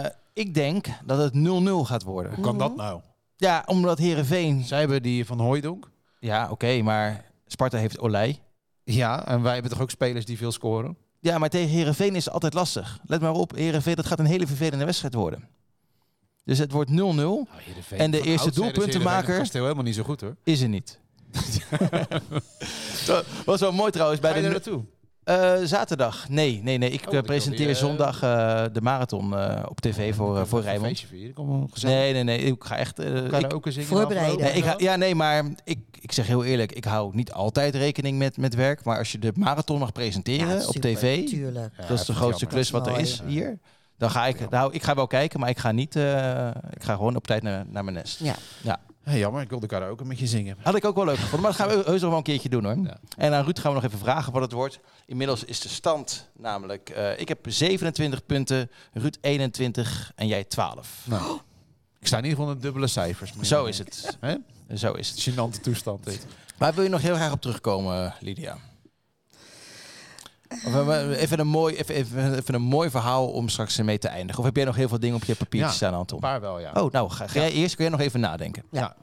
Speaker 2: Eh, ik denk dat het 0-0 gaat worden.
Speaker 4: Hoe kan dat nou?
Speaker 2: Ja, omdat Herenveen.
Speaker 4: Zij hebben die van Hooijdonk.
Speaker 2: Ja, oké, maar Sparta heeft Olij.
Speaker 4: Ja, en wij hebben toch ook spelers die veel scoren?
Speaker 2: Ja, maar tegen Herenveen is het altijd lastig. Let maar op, Herenveen, dat gaat een hele vervelende wedstrijd worden. Dus het wordt 0-0
Speaker 4: Nou,
Speaker 2: En de eerste doelpuntenmaker-
Speaker 4: Dat is helemaal niet zo goed hoor.
Speaker 2: is er niet. dat was wel mooi trouwens. Bij
Speaker 4: Ga je
Speaker 2: de
Speaker 4: er
Speaker 2: nu-
Speaker 4: naartoe?
Speaker 2: Eh, zaterdag. Nee, nee, nee. Ik
Speaker 4: Oh,
Speaker 2: eh,
Speaker 4: ik
Speaker 2: presenteer
Speaker 4: wilde je-
Speaker 2: zondag eh, de marathon eh, op tv voor, eh, voor Rijmond.
Speaker 4: Feestje vieren, kom maar gezellig.
Speaker 2: Nee, nee, nee. Ik ga echt. eh, ik-
Speaker 4: Karaoke zingen.
Speaker 3: Voorbereiden.
Speaker 2: Nee, ik,
Speaker 4: aflopen.
Speaker 2: ga- ja, nee, maar ik, ik zeg heel eerlijk, ik hou niet altijd rekening met, met werk. Maar als je de marathon mag presenteren op
Speaker 3: super,
Speaker 2: tv,
Speaker 3: Tuurlijk.
Speaker 2: dat
Speaker 4: Ja,
Speaker 2: is de
Speaker 4: vind ik
Speaker 2: grootste
Speaker 4: jammer.
Speaker 2: klus wat er
Speaker 3: Dat is
Speaker 2: is hier. Dan ga ik, nou, ik ga wel kijken, maar ik ga niet, eh, ik ga gewoon op tijd naar, naar mijn nest.
Speaker 3: Ja.
Speaker 2: Ja.
Speaker 4: Hey, jammer, ik wilde karaoke met je zingen.
Speaker 2: Had ik ook wel leuk gevonden, maar dat gaan we heus nog wel een keertje doen hoor.
Speaker 4: Ja.
Speaker 2: En aan Ruud gaan we nog even vragen wat het wordt. Inmiddels is de stand namelijk, eh, ik heb 27 punten, Ruud 21 en jij 12.
Speaker 4: Nou, ik sta in ieder geval in dubbele cijfers. meneer.
Speaker 2: Zo is het.
Speaker 4: Hè?
Speaker 2: Zo is het.
Speaker 4: Gênante toestand dit.
Speaker 2: Waar wil je nog heel graag op terugkomen, Lydia? Of hebben we even, een mooi, even, even, even een mooi verhaal om straks mee te eindigen. Of heb jij nog heel veel dingen op je papiertje
Speaker 4: Ja,
Speaker 2: staan,
Speaker 4: Een
Speaker 2: Anton?
Speaker 4: paar wel, ja.
Speaker 2: Oh, nou, ga, ga jij eerst, kun jij nog even nadenken?
Speaker 4: Ja.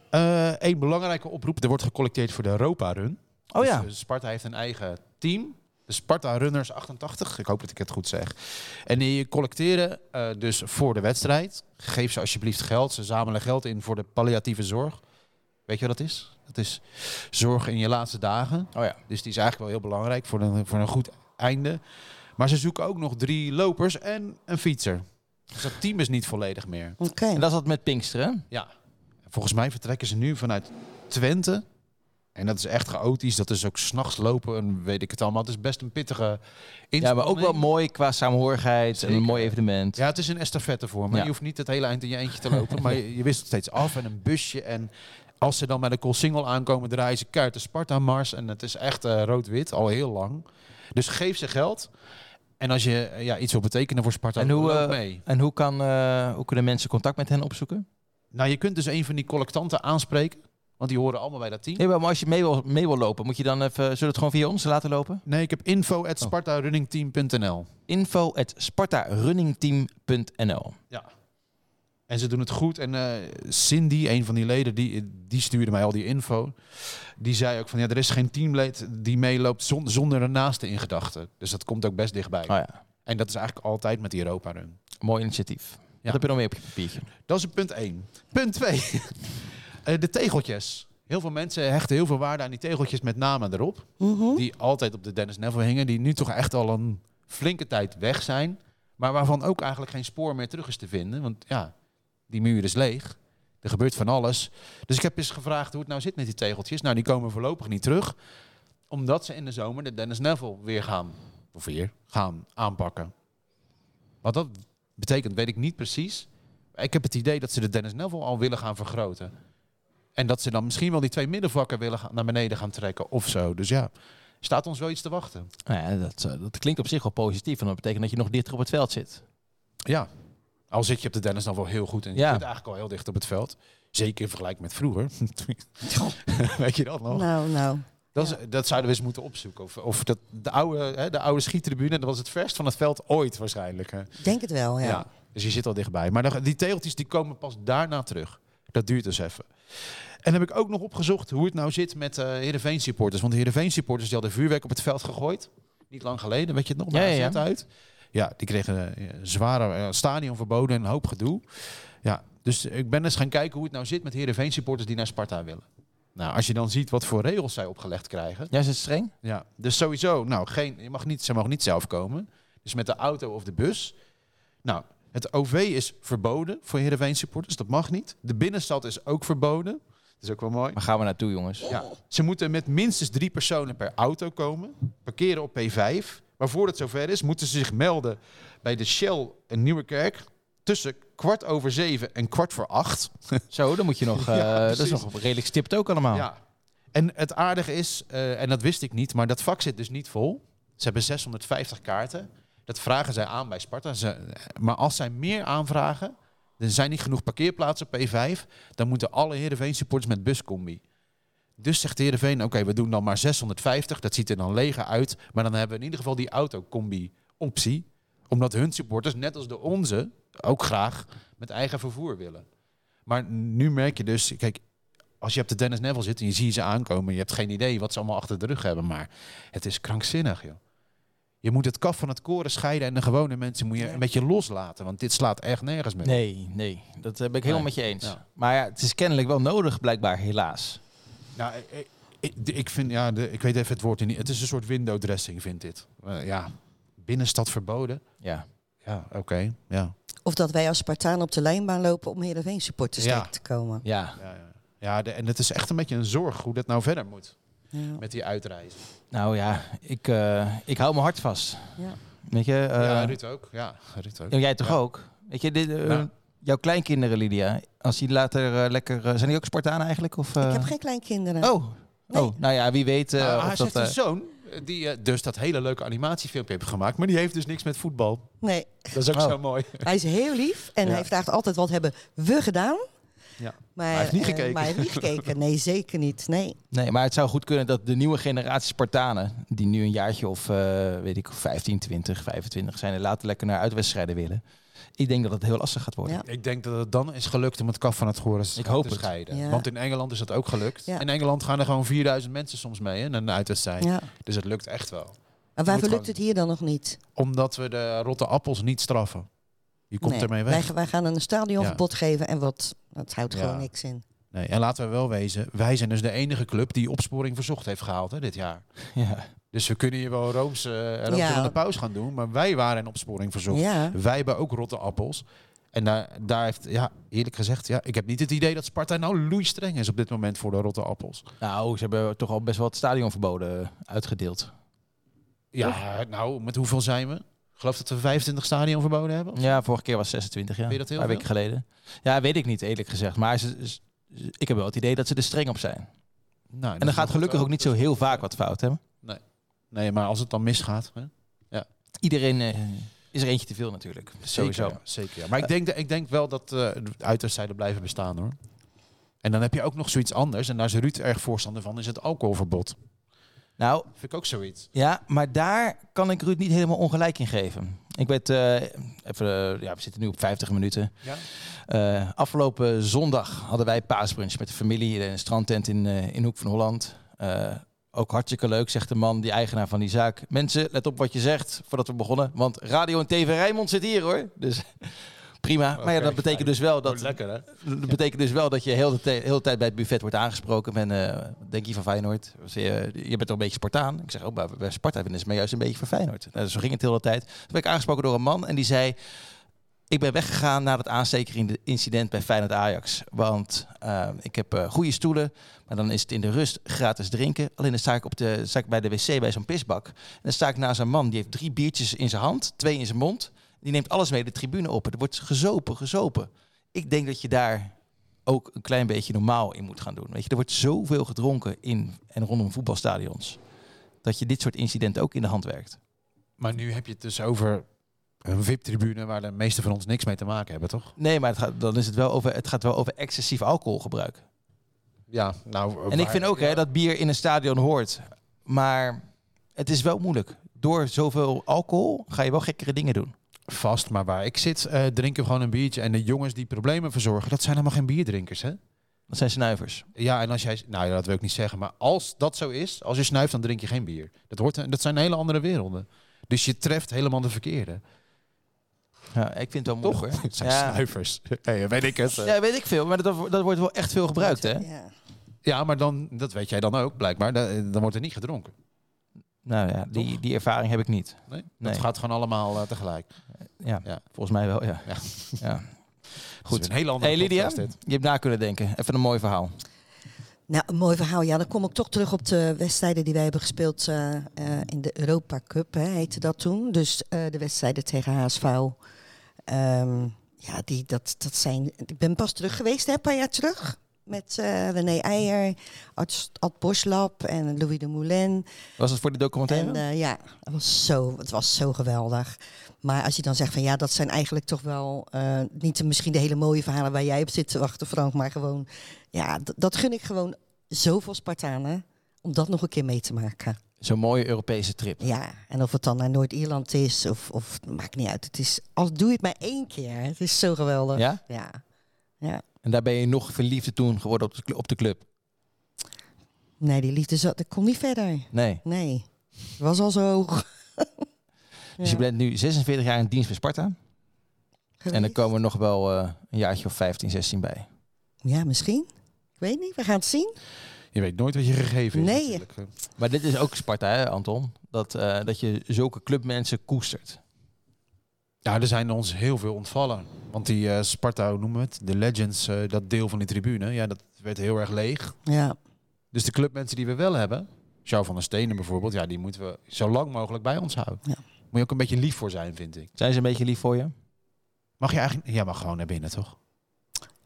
Speaker 4: Eén belangrijke oproep. Er wordt gecollecteerd voor de Europa Run.
Speaker 2: Oh
Speaker 4: Dus,
Speaker 2: ja.
Speaker 4: eh, Sparta heeft een eigen team. De Sparta Runners 88. Ik hoop dat ik het goed zeg. En die collecteren eh, dus voor de wedstrijd. Geef ze alsjeblieft geld. Ze zamelen geld in voor de palliatieve zorg. Weet je wat dat is? Dat is zorg in je laatste dagen.
Speaker 2: Oh ja.
Speaker 4: Dus die is eigenlijk wel heel belangrijk voor een, voor een goed einde. Maar ze zoeken ook nog drie lopers en een fietser. Dus dat team is niet volledig meer.
Speaker 3: Oké.
Speaker 2: En dat is wat met Pinksteren. hè?
Speaker 4: Ja. Volgens mij vertrekken ze nu vanuit Twente. En dat is echt chaotisch. Dat is ook s'nachts lopen en weet ik het allemaal. Het is best een pittige inspanning.
Speaker 2: Ja, maar ook wel mooi qua saamhorigheid en een
Speaker 4: Zeker.
Speaker 2: mooi evenement.
Speaker 4: Ja, het is een estafette voor me.
Speaker 2: Ja.
Speaker 4: Je hoeft niet het hele eind in je eentje te lopen. maar je, je wisselt steeds af en een busje. En als ze dan bij de Coolsingel aankomen, draaien ze kaart de Sparta-mars. En het is echt eh, rood-wit, al heel lang. Dus geef ze geld. En als je eh, ja, iets wil betekenen voor Sparta,
Speaker 2: En hoe,
Speaker 4: loop
Speaker 2: eh,
Speaker 4: mee.
Speaker 2: En hoe, kan, eh, hoe kunnen mensen contact met hen opzoeken?
Speaker 4: Nou, je kunt dus een van die collectanten aanspreken. Want die horen allemaal bij dat team.
Speaker 2: Nee, maar als je mee wil, mee wil lopen, moet je dan even, zullen we het gewoon via ons laten lopen?
Speaker 4: Nee, ik heb info
Speaker 2: Oh.
Speaker 4: at spartarunningteam.nl.
Speaker 2: Info at spartarunningteam.nl
Speaker 4: Ja. En ze doen het goed. En eh, Cindy, een van die leden, die, die stuurde mij al die info. Die zei ook van, ja, er is geen teamlid die meeloopt zon- zonder een naaste in gedachten. Dus dat komt ook best dichtbij.
Speaker 2: Oh ja,
Speaker 4: En dat is eigenlijk altijd met die Europa Run.
Speaker 2: mooi initiatief. Wat heb je nog meer op je papiertje?
Speaker 4: Dat is punt 1. Punt 2. de tegeltjes. Heel veel mensen hechten heel veel waarde aan die tegeltjes met namen erop.
Speaker 3: Mhm.
Speaker 4: Die altijd op de Dennis Neville hingen. Die nu toch echt al een flinke tijd weg zijn. Maar waarvan ook eigenlijk geen spoor meer terug is te vinden. Want ja, die muur is leeg. Er gebeurt van alles. Dus ik heb eens gevraagd hoe het nou zit met die tegeltjes. Nou, die komen voorlopig niet terug. Omdat ze in de zomer de Dennis Neville weer gaan, of weer, gaan aanpakken. Wat dat betekent, weet ik niet precies. Ik heb het idee dat ze de Dennis Neville al willen gaan vergroten. En dat ze dan misschien wel die twee middenvakken willen gaan, naar beneden gaan trekken of zo. Dus ja, staat ons wel iets te wachten.
Speaker 2: Nou ja, dat, eh, dat klinkt op zich wel positief. En dat betekent dat je nog dichter op het veld zit.
Speaker 4: Ja, al zit je op de Dennis dan wel heel goed en je
Speaker 2: Ja.
Speaker 4: zit eigenlijk al heel dicht op het veld. Zeker in vergelijking met vroeger. Weet je dat nog?
Speaker 3: Nou, nou.
Speaker 4: Dat, is- dat zouden we eens moeten opzoeken. Of, of dat, de, oude, hè, de oude schietribune, dat was het verst van het veld ooit waarschijnlijk. Hè.
Speaker 3: Ik Denk het wel, ja.
Speaker 4: Ja, dus je zit al dichtbij. Maar dan- die teeltjes die komen pas daarna terug. Dat duurt dus even. En heb ik ook nog opgezocht hoe het nou zit met eh Heerenveen supporters. Want de Heerenveen supporters die hadden vuurwerk op het veld gegooid. Niet lang geleden, weet je het nog?
Speaker 2: Ja,
Speaker 4: Daar
Speaker 2: ja, ja.
Speaker 4: zat uit. Ja, die kregen eh, zware eh, stadion verboden en een hoop gedoe. Ja, dus ik ben eens gaan kijken hoe het nou zit met Heerenveen supporters die naar Sparta willen. Nou, als je dan ziet wat voor regels zij opgelegd krijgen.
Speaker 2: Jij zit streng?
Speaker 4: Ja, dus sowieso, nou, geen, je mag niet, ze mogen niet zelf komen. Dus met de auto of de bus. Nou, het OV is verboden voor Heerenveen supporters, dat mag niet. De binnenstad is ook verboden, dat is ook wel mooi.
Speaker 2: Waar gaan we naartoe, jongens?
Speaker 4: Ja, ze moeten met minstens drie personen per auto komen, parkeren op P5. Maar voordat het zover is, moeten ze zich melden bij de Shell in Nieuwekerk tussen kwart over zeven en kwart voor acht.
Speaker 2: Zo, dan moet je nog... eh, dat is
Speaker 4: precies.
Speaker 2: nog redelijk stipt ook allemaal.
Speaker 4: Ja. En het aardige is, eh, en dat wist ik niet, maar dat vak zit dus niet vol. Ze hebben 650 kaarten. Dat vragen zij aan bij Sparta. Ze, eh, maar als zij meer aanvragen, er zijn niet genoeg parkeerplaatsen op P5, dan moeten alle Heerenveen supporters met buscombi. Dus zegt Heerenveen, oké, we doen dan maar 650. Dat ziet er dan leger uit. Maar dan hebben we in ieder geval die autocombi optie. Omdat hun supporters, net als de onze, ook graag met eigen vervoer willen. Maar nu merk je dus, kijk, als je op de Dennis Neville zit en je ziet ze aankomen, je hebt geen idee wat ze allemaal achter de rug hebben, maar het is krankzinnig, joh. Je moet het kaf van het koren scheiden en de gewone mensen moet je een beetje loslaten, want dit slaat echt nergens meer.
Speaker 2: Nee, nee. Dat eh, ben ik helemaal
Speaker 4: Nee.
Speaker 2: met je eens.
Speaker 4: Ja.
Speaker 2: Maar ja, het is kennelijk wel nodig, blijkbaar, helaas.
Speaker 4: Nou, ik, ik- Ik, de- ik vind, ja, de, ik weet even het woord niet. Het is een soort window dressing, vind dit. Eh, ja, binnenstad verboden.
Speaker 2: Ja.
Speaker 4: Ja, oké. Ja.
Speaker 3: Of dat wij als Spartaan op de lijnbaan lopen om Heerenveen supporters
Speaker 4: Ja.
Speaker 3: tegen te komen.
Speaker 2: ja.
Speaker 4: Ja, ja. ja de- en het is echt een beetje een zorg hoe dat nou verder moet
Speaker 3: Ja.
Speaker 4: met die uitreizen.
Speaker 2: Nou ja, ik, eh, ik hou mijn hart vast.
Speaker 3: Ja.
Speaker 2: Weet je, eh,
Speaker 4: ja, Ruud ook. Ja, Ruud ook.
Speaker 2: ja, jij toch
Speaker 4: Ja.
Speaker 2: ook? Weet je, dit, eh,
Speaker 4: Ja.
Speaker 2: jouw kleinkinderen, Lydia, als die later eh, lekker... eh, zijn die ook Spartanen eigenlijk? Of,
Speaker 3: Ik
Speaker 2: eh,
Speaker 3: heb geen kleinkinderen.
Speaker 2: Oh. oh, nou ja, wie weet eh,
Speaker 4: Nou,
Speaker 2: of
Speaker 4: hij
Speaker 2: dat...
Speaker 4: heeft
Speaker 3: dus
Speaker 4: een
Speaker 2: eh,
Speaker 4: zoon eh, die eh, dus dat hele leuke animatiefilmpje heeft gemaakt, maar die heeft dus niks met voetbal.
Speaker 3: Nee,
Speaker 4: Dat is ook
Speaker 2: Oh.
Speaker 4: zo mooi.
Speaker 3: hij is heel lief en
Speaker 4: Ja.
Speaker 3: hij vraagt altijd wat hebben we gedaan.
Speaker 4: Ja.
Speaker 3: Maar,
Speaker 4: hij heeft niet
Speaker 3: eh,
Speaker 4: gekeken.
Speaker 3: maar hij heeft niet gekeken. Nee, zeker niet. Nee.
Speaker 2: Nee, maar het zou goed kunnen dat de nieuwe generatie Spartanen, die nu een jaartje of eh, weet ik, 15, 20, 25 zijn en later lekker naar uitwedstrijden willen. Ik denk dat het heel lastig gaat worden.
Speaker 3: Ja.
Speaker 4: Ik denk dat het dan is gelukt om het kaf van het goren
Speaker 2: Ik hoop
Speaker 4: te
Speaker 2: het.
Speaker 4: scheiden.
Speaker 3: Ja.
Speaker 4: Want in Engeland is dat ook gelukt.
Speaker 3: Ja.
Speaker 4: In Engeland gaan er gewoon 4000 mensen soms mee hè, naar een uitwedstrijd.
Speaker 3: Ja.
Speaker 4: Dus het lukt echt wel.
Speaker 3: Maar
Speaker 4: moet
Speaker 3: waarvoor
Speaker 4: gewoon-
Speaker 3: lukt het hier dan nog niet?
Speaker 4: Omdat we de rotte appels niet straffen. Je komt
Speaker 3: Nee.
Speaker 4: ermee
Speaker 3: Wij,
Speaker 4: weg.
Speaker 3: ga- wij gaan een stadionverbod geven en wat, dat houdt
Speaker 4: Ja.
Speaker 3: gewoon niks in.
Speaker 4: Nee. En laten we wel wezen, wij zijn dus de enige club die opsporing verzocht heeft gehaald hè, dit jaar.
Speaker 2: Ja.
Speaker 4: Dus we kunnen hier wel Rooms, eh Rooms
Speaker 3: Ja.
Speaker 4: aan de paus gaan doen, maar wij waren in opsporing verzocht.
Speaker 3: Ja.
Speaker 4: Wij hebben ook rotte appels. En daar, daar heeft, ja, eerlijk gezegd, ja, ik heb niet het idee dat Sparta nou loeistreng is op dit moment voor de rotte appels.
Speaker 2: Nou, ze hebben toch al best wel het stadionverboden uitgedeeld.
Speaker 4: Ja, nou, met hoeveel zijn we? Ik geloof dat we 25 stadion verboden hebben.
Speaker 2: Ja, vorige keer was 26 jaar.
Speaker 4: Vind je dat heel
Speaker 2: Een paar weken geleden. Ja, weet ik niet eerlijk gezegd. Maar ze, ze- ik heb wel het idee dat ze er streng op zijn.
Speaker 4: Nou,
Speaker 2: En dan gaat gelukkig ook niet zo heel vaak wat fout. Hè?
Speaker 4: Nee, maar als het dan misgaat. Hè?
Speaker 2: Iedereen eh, is er eentje te veel natuurlijk. Sowieso.
Speaker 4: Zeker, ja, zeker ja. Maar ik denk, ik denk wel dat eh, de uitwedstrijden blijven bestaan hoor. En dan heb je ook nog zoiets anders. En daar is Ruud erg voorstander van, is het alcoholverbod.
Speaker 2: Nou,
Speaker 4: Vind ik ook zoiets.
Speaker 2: Ja, maar daar kan ik Ruud niet helemaal ongelijk in geven. Ik weet, eh, even, eh, ja, we zitten nu op 50 minuten.
Speaker 4: Ja?
Speaker 2: Eh, afgelopen zondag hadden wij paasbrunch met de familie in een strandtent in, eh, in Hoek van Holland. Eh, ook hartstikke leuk, zegt de man, die eigenaar van die zaak. Mensen, let op wat je zegt voordat we begonnen. Want Radio en TV Rijnmond zit hier hoor. Dus prima. maar ja,
Speaker 4: Oké,
Speaker 2: dat betekent dus wel dat,
Speaker 4: lekker hè?
Speaker 2: dat betekent dus wel dat je heel de, te- heel de tijd bij het buffet wordt aangesproken. Van, eh, denk je van Feyenoord? Of zeg Je, je bent toch een beetje Spartaan? Ik zeg, oh, maar bij Sparta vinden ze mij juist een beetje van Feyenoord. Nou, zo ging het heel de tijd. Toen werd ik aangesproken door een man en die zei... Ik ben weggegaan na dat aanstekerincident bij Feyenoord Ajax. Want eh, ik heb eh, goede stoelen, maar dan is het in de rust gratis drinken. Alleen dan sta ik, op de, sta ik bij de wc bij zo'n pisbak. En dan sta ik naast een man die heeft drie biertjes in zijn hand, twee in zijn mond. Die neemt alles mee de tribune op. Er wordt gezopen, gezopen. Ik denk dat je daar ook een klein beetje normaal in moet gaan doen. Weet je, er wordt zoveel gedronken in en rondom voetbalstadions. Dat je dit soort incidenten ook in de hand werkt.
Speaker 4: Maar nu heb je het dus over een VIP-tribune waar de meeste van ons niks mee te maken hebben, toch?
Speaker 2: Nee, maar het gaat, dan is het wel over, het gaat wel over excessief alcoholgebruik.
Speaker 4: Ja, nou.
Speaker 2: En ik vind ook hè, dat bier in een stadion hoort. Maar het is wel moeilijk. Door zoveel alcohol ga je wel gekkere dingen doen.
Speaker 4: Vast, maar waar ik zit, eh, drinken we gewoon een biertje. En de jongens die problemen verzorgen, dat zijn helemaal geen bierdrinkers, hè?
Speaker 2: Dat zijn snuivers.
Speaker 4: Ja, en als jij. Nou ja, dat wil ik niet zeggen. Maar als dat zo is, als je snuift, dan drink je geen bier. Dat, hoort, dat zijn hele andere werelden. Dus je treft helemaal de verkeerde.
Speaker 2: Ja, ik vind het wel
Speaker 4: Toch?
Speaker 2: moeilijk. hoor.
Speaker 4: Het zijn
Speaker 2: Ja.
Speaker 4: snuivers. Hey, weet ik het.
Speaker 2: ja, weet ik eh, veel. Maar dat, dat wordt wel echt veel gebruikt, hè?
Speaker 3: Ja.
Speaker 4: Ja, maar dan, dat weet jij dan ook, blijkbaar. Da- eh, Dan wordt er niet gedronken.
Speaker 2: Nou ja, die, die ervaring heb ik niet.
Speaker 4: Nee? Dat
Speaker 2: Nee.
Speaker 4: gaat gewoon allemaal eh, tegelijk.
Speaker 2: Ja,
Speaker 4: Ja.
Speaker 2: volgens mij wel, ja.
Speaker 4: Ja.
Speaker 2: ja.
Speaker 4: Dat is
Speaker 2: Goed.
Speaker 4: een hele andere
Speaker 2: Hey Lydia,
Speaker 4: podcast,
Speaker 2: je
Speaker 4: dit.
Speaker 2: hebt na kunnen denken. Even een mooi verhaal.
Speaker 3: Nou, een mooi verhaal. Ja, dan kom ik toch terug op de wedstrijden die wij hebben gespeeld eh, eh, in de Europa Cup, hè, heette dat toen. Dus eh, de wedstrijden tegen HSV. Ehm, ja, die, dat, dat zijn... Ik ben pas terug geweest, hè, een paar jaar terug. Met eh, René Eijer, Ad, Ad Boslap en Louis de Moulin.
Speaker 2: Was het voor die documentaire?
Speaker 3: En eh, ja, het was, zo, het was zo geweldig. Maar als je dan zegt van ja, dat zijn eigenlijk toch wel eh, niet de- misschien de hele mooie verhalen waar jij op zit te wachten, Frank. Maar gewoon, ja, d- dat gun ik gewoon zoveel Spartanen om dat nog een keer mee te maken.
Speaker 2: Zo'n mooie Europese trip.
Speaker 3: Ja, en of het dan naar Noord-Ierland is of, of maakt niet uit. Het is, al doe je het maar één keer. Het is zo geweldig.
Speaker 2: Ja?
Speaker 3: Ja.
Speaker 2: En daar ben je nog verliefder toen geworden op de, cl- op de club.
Speaker 3: Nee, die liefde zat, dat kon niet verder.
Speaker 2: Nee.
Speaker 3: Nee, het was al zo hoog.
Speaker 2: Dus je bent nu 46 jaar in dienst bij Sparta. En er
Speaker 3: geweest.
Speaker 2: komen nog wel eh, een jaartje of 15, 16 bij.
Speaker 3: Ja, misschien. Ik weet niet, we gaan het zien.
Speaker 4: Je weet nooit wat je gegeven is.
Speaker 3: Nee.
Speaker 4: natuurlijk. Eh,
Speaker 2: Maar dit is ook Sparta, hè, Anton? Dat, eh, dat je zulke clubmensen koestert.
Speaker 4: Ja, er zijn ons heel veel ontvallen. Want die eh, Sparta, hoe noemen we het? De Legends, eh, dat deel van die tribune, ja, dat werd heel erg leeg.
Speaker 3: Ja.
Speaker 4: Dus de clubmensen die we wel hebben, Sjouw van der Stenen bijvoorbeeld, ja, die moeten we zo lang mogelijk bij ons houden.
Speaker 3: Ja.
Speaker 4: Moet je ook een beetje lief voor zijn, vind ik.
Speaker 2: Zijn ze een beetje lief voor je?
Speaker 4: Mag je eigenlijk... Jij mag gewoon naar binnen, toch?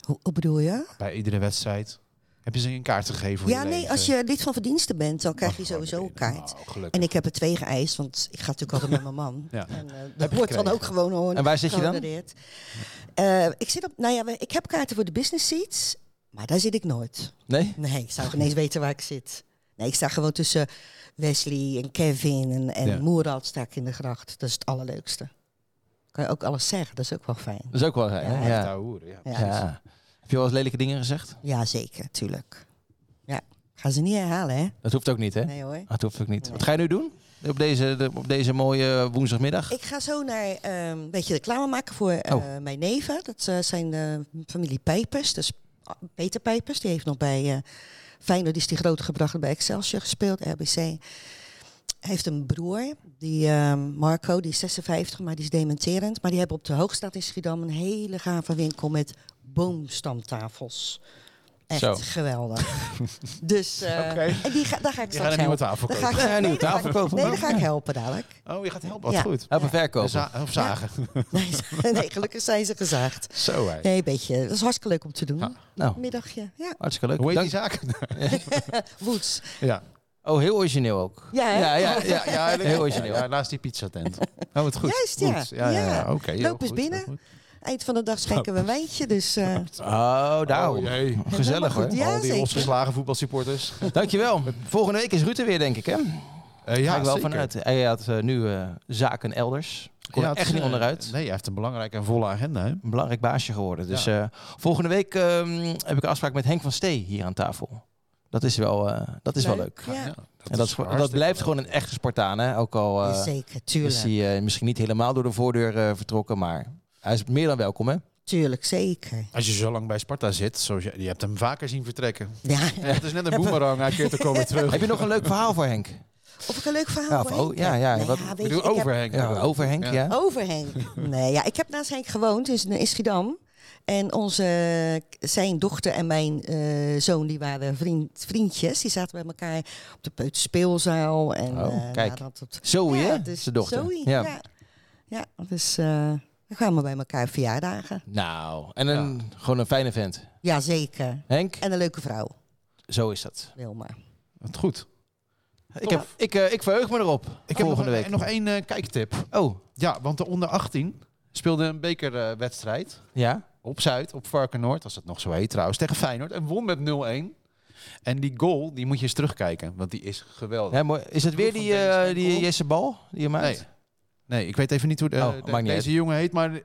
Speaker 3: Hoe, hoe bedoel je?
Speaker 4: Bij iedere wedstrijd. Heb je ze een kaart gegeven voor
Speaker 3: Ja,
Speaker 4: je
Speaker 3: nee,
Speaker 4: leven?
Speaker 3: als je lid van verdiensten bent, dan krijg
Speaker 4: Mag
Speaker 3: je
Speaker 4: gewoon naar
Speaker 3: sowieso een
Speaker 4: binnen.
Speaker 3: kaart.
Speaker 4: Nou, gelukkig.
Speaker 3: En ik heb er twee geëist, want ik ga natuurlijk altijd met mijn man.
Speaker 4: Ja.
Speaker 3: En, eh, dat wordt dan
Speaker 4: gekregen.
Speaker 3: ook gewoon hoor.
Speaker 2: En waar zit je dan?
Speaker 3: gehonoreerd. Eh, ik zit op, nou ja, we- ik heb kaarten voor de business seats, maar daar zit ik nooit.
Speaker 2: Nee?
Speaker 3: Nee, ik zou geen eens weten waar ik zit. Nee, ik sta gewoon tussen Wesley en Kevin en, en
Speaker 4: Ja.
Speaker 3: Moerad sta ik in de gracht. Dat is het allerleukste. Kan je ook alles zeggen, dat is ook wel fijn.
Speaker 2: Dat is ook wel hè?
Speaker 3: Ja,
Speaker 2: Ja,
Speaker 4: Ja.
Speaker 2: ja.
Speaker 4: ouwe hoeren, ja.
Speaker 3: Ja, dus- ja.
Speaker 2: Heb je wel eens lelijke dingen gezegd?
Speaker 3: zeker, tuurlijk. Ja, gaan ze niet herhalen, hè?
Speaker 2: Dat hoeft ook niet, hè?
Speaker 3: Nee hoor.
Speaker 2: Ah, Dat hoeft ook niet. Wat ga je nu doen? Op deze, de- op deze mooie woensdagmiddag?
Speaker 3: Ik ga zo naar ehm, een beetje reclame maken voor eh,
Speaker 2: Oh.
Speaker 3: mijn neven. Dat eh, zijn de familie Pijpers. Dus ah, Peter Pijpers, die heeft nog bij eh Feyenoord is die groot gebracht en bij Excelsior gespeeld, RBC. Hij heeft een broer, die ehm, Marco, die is 56, maar die is dementerend. Maar die hebben op de Hoogstraat in Schiedam een hele gave winkel met boomstamtafels. Echt
Speaker 2: Zo.
Speaker 3: geweldig. dus eh, en die ga, daar ga ik
Speaker 4: Je gaat
Speaker 3: straks
Speaker 4: een nieuwe
Speaker 3: helpen.
Speaker 4: tafel
Speaker 3: Daar
Speaker 4: kopen.
Speaker 3: ga ik,
Speaker 2: een nieuwe
Speaker 3: nee, daar ga
Speaker 2: tafel
Speaker 3: ik-
Speaker 2: kopen.
Speaker 3: Nee, daar ga ik helpen dadelijk.
Speaker 4: Oh, je gaat helpen. Wat
Speaker 3: Ja.
Speaker 4: goed.
Speaker 2: Helpen verkopen.
Speaker 4: Za- of zagen.
Speaker 3: Nee, ze- nee, gelukkig zijn ze gezaagd.
Speaker 4: Zo, hè.
Speaker 3: Nee, een beetje. Dat is hartstikke leuk om te doen.
Speaker 2: Nou,
Speaker 3: Middagje. Ja,
Speaker 2: hartstikke leuk.
Speaker 4: Hoe heet
Speaker 2: Dank-
Speaker 4: die zaak?
Speaker 3: woeds.
Speaker 4: ja.
Speaker 2: Oh, heel origineel ook.
Speaker 3: Ja, hè?
Speaker 2: ja, ja, ja, ja, heel origineel.
Speaker 4: Ja, naast die pizzatent. Oh, wat goed.
Speaker 3: Juist, ja.
Speaker 4: Goed. Ja, ja, ja.
Speaker 3: Ja.
Speaker 4: Oké, heel
Speaker 3: Loop eens
Speaker 4: goed,
Speaker 3: binnen.
Speaker 4: heel goed.
Speaker 3: Eind van de dag schenken we een wijntje, dus eh,
Speaker 2: Oh, daarom.
Speaker 4: Oh, jee.
Speaker 2: Gezellig hoor.
Speaker 3: Ja,
Speaker 4: Al die
Speaker 3: zeker.
Speaker 4: losgeslagen voetbalsupporters.
Speaker 2: Dankjewel. Volgende week is Ruud er weer, denk ik, hè?
Speaker 4: Eh,
Speaker 2: Ga ik wel
Speaker 4: zeker.
Speaker 2: vanuit. Hij had eh, nu eh, zaken elders. Kon
Speaker 4: Ja,
Speaker 2: er
Speaker 4: het
Speaker 2: echt
Speaker 4: is,
Speaker 2: niet
Speaker 4: eh,
Speaker 2: onderuit.
Speaker 4: Nee, hij heeft een belangrijke en volle agenda. Hè?
Speaker 2: Een belangrijk baasje geworden. Dus eh, volgende week ehm, heb ik een afspraak met Henk van Stee hier aan tafel. Dat is wel, eh, dat is wel leuk.
Speaker 3: Ja.
Speaker 2: en dat, is, gewoon- dat blijft gewoon een echte Spartaan, hè? Ook al eh,
Speaker 3: zeker,
Speaker 2: is
Speaker 3: tuurlijk.
Speaker 2: hij eh, misschien niet helemaal door de voordeur eh, vertrokken, maar hij is meer dan welkom, hè?
Speaker 3: Tuurlijk, zeker.
Speaker 4: Als je zo lang bij Sparta zit, zoals je, je hebt hem vaker zien vertrekken.
Speaker 3: Ja.
Speaker 4: Het is net een boemerang, hij keert er komen terug.
Speaker 2: Heb je nog een leuk verhaal voor Henk?
Speaker 3: Of ik een leuk verhaal
Speaker 2: Ja,
Speaker 3: voor
Speaker 2: of-
Speaker 3: Henk
Speaker 2: oh, ja,
Speaker 3: heb?
Speaker 2: ja,
Speaker 3: Nou
Speaker 2: wat-
Speaker 3: weet
Speaker 2: ik
Speaker 4: Ik
Speaker 3: je,
Speaker 4: bedoel,
Speaker 3: ik heb-
Speaker 4: over Henk.
Speaker 2: Ja, over Henk, ja.
Speaker 3: Over Henk. Nee, ja, ik heb naast Henk gewoond dus in Schiedam. En onze, zijn dochter en mijn eh, zoon, die waren vriend, vriendjes. Die zaten bij elkaar op de Peuterspeelzaal. En,
Speaker 2: Oh,
Speaker 3: eh, nou,
Speaker 2: kijk.
Speaker 3: dat, dat-
Speaker 2: Zoe,
Speaker 3: ja,
Speaker 2: hè?
Speaker 3: dus
Speaker 2: Oh, Zijn dochter.
Speaker 3: Zoe,
Speaker 2: Ja.
Speaker 3: ja. ja. dus eh we kwamen bij elkaar verjaardagen.
Speaker 2: Nou, en een, gewoon een fijne vent.
Speaker 3: Jazeker.
Speaker 2: Henk,
Speaker 3: En een leuke vrouw,
Speaker 2: zo is dat.
Speaker 3: Wilma.
Speaker 4: Wat goed.
Speaker 2: Ik, heb, ik, eh, ik verheug me erop.
Speaker 4: Ik heb nog,
Speaker 2: volgende
Speaker 4: een-
Speaker 2: week.
Speaker 4: nog één eh, kijktip.
Speaker 2: Oh,
Speaker 4: Ja, want de onder 18 speelde een bekerwedstrijd.
Speaker 2: ja.
Speaker 4: op Zuid, op Varkenoord, als het nog zo heet trouwens, tegen Feyenoord. En won met 0-1. En die goal, die moet je eens terugkijken, want die is geweldig.
Speaker 2: ja mooi. Is het weer
Speaker 4: Doel van
Speaker 2: die, eh,
Speaker 4: Dennis
Speaker 2: die
Speaker 4: Enkel.
Speaker 2: Jesse Bal die je maakt?
Speaker 4: Nee. Nee, ik weet even niet hoe de,
Speaker 2: Oh,
Speaker 4: de-
Speaker 2: maakt niet
Speaker 4: deze jongen heet, maar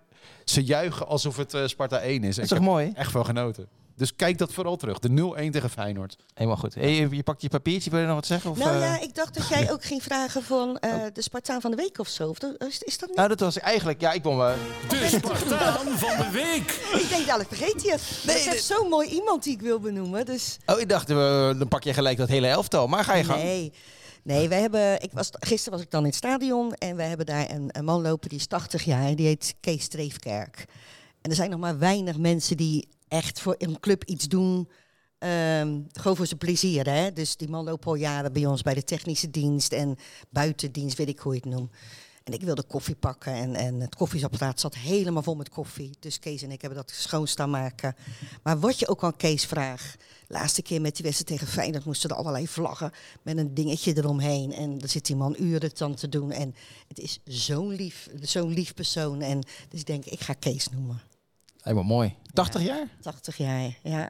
Speaker 4: ze juichen alsof het eh, Sparta 1 is.
Speaker 2: Dat
Speaker 4: Ik
Speaker 2: is toch
Speaker 4: heb
Speaker 2: mooi?
Speaker 4: echt van genoten. Dus kijk dat vooral terug. De 0-1 tegen Feyenoord.
Speaker 2: Helemaal goed. Hey, je, je pakt je papiertje, wil je nog wat zeggen? Of,
Speaker 3: nou
Speaker 2: eh? Oh.
Speaker 3: ja, ik dacht dat jij ook ging vragen van eh, de Spartaan van de Week of zo. Of dat- Is, is dat niet?
Speaker 2: Nou, dat was eigenlijk... Ja, ik ben... eh,
Speaker 1: De Spartaan van de week.
Speaker 3: Ik denk dadelijk vergeet hij het. Maar
Speaker 2: Nee,
Speaker 3: ik heb
Speaker 2: dit-
Speaker 3: zo'n mooi iemand die ik wil benoemen. Dus
Speaker 2: oh, ik dacht, eh, dan pak je gelijk dat hele elftal. Maar ga je gang.
Speaker 3: nee. Nee, wij hebben, ik was, gisteren was ik dan in het stadion en we hebben daar een, een man lopen die is 80 jaar. Die heet Kees Streefkerk. En er zijn nog maar weinig mensen die echt voor een club iets doen. ehm, gewoon voor zijn plezier. Hè? Dus die man loopt al jaren bij ons bij de technische dienst en buitendienst, weet ik hoe je het noemt. En ik wilde koffie pakken en, en het koffieapparaat zat helemaal vol met koffie. Dus Kees en ik hebben dat schoon staan maken. Maar wat je ook aan Kees vraagt. Laatste keer met die wedstrijd tegen Feyenoord moesten er allerlei vlaggen met een dingetje eromheen. En daar zit die man uren het dan te doen. En het is zo'n lief, zo'n lief persoon. En dus ik denk, ik ga Kees noemen.
Speaker 2: Helemaal mooi. 80 jaar?
Speaker 3: 80 jaar, ja.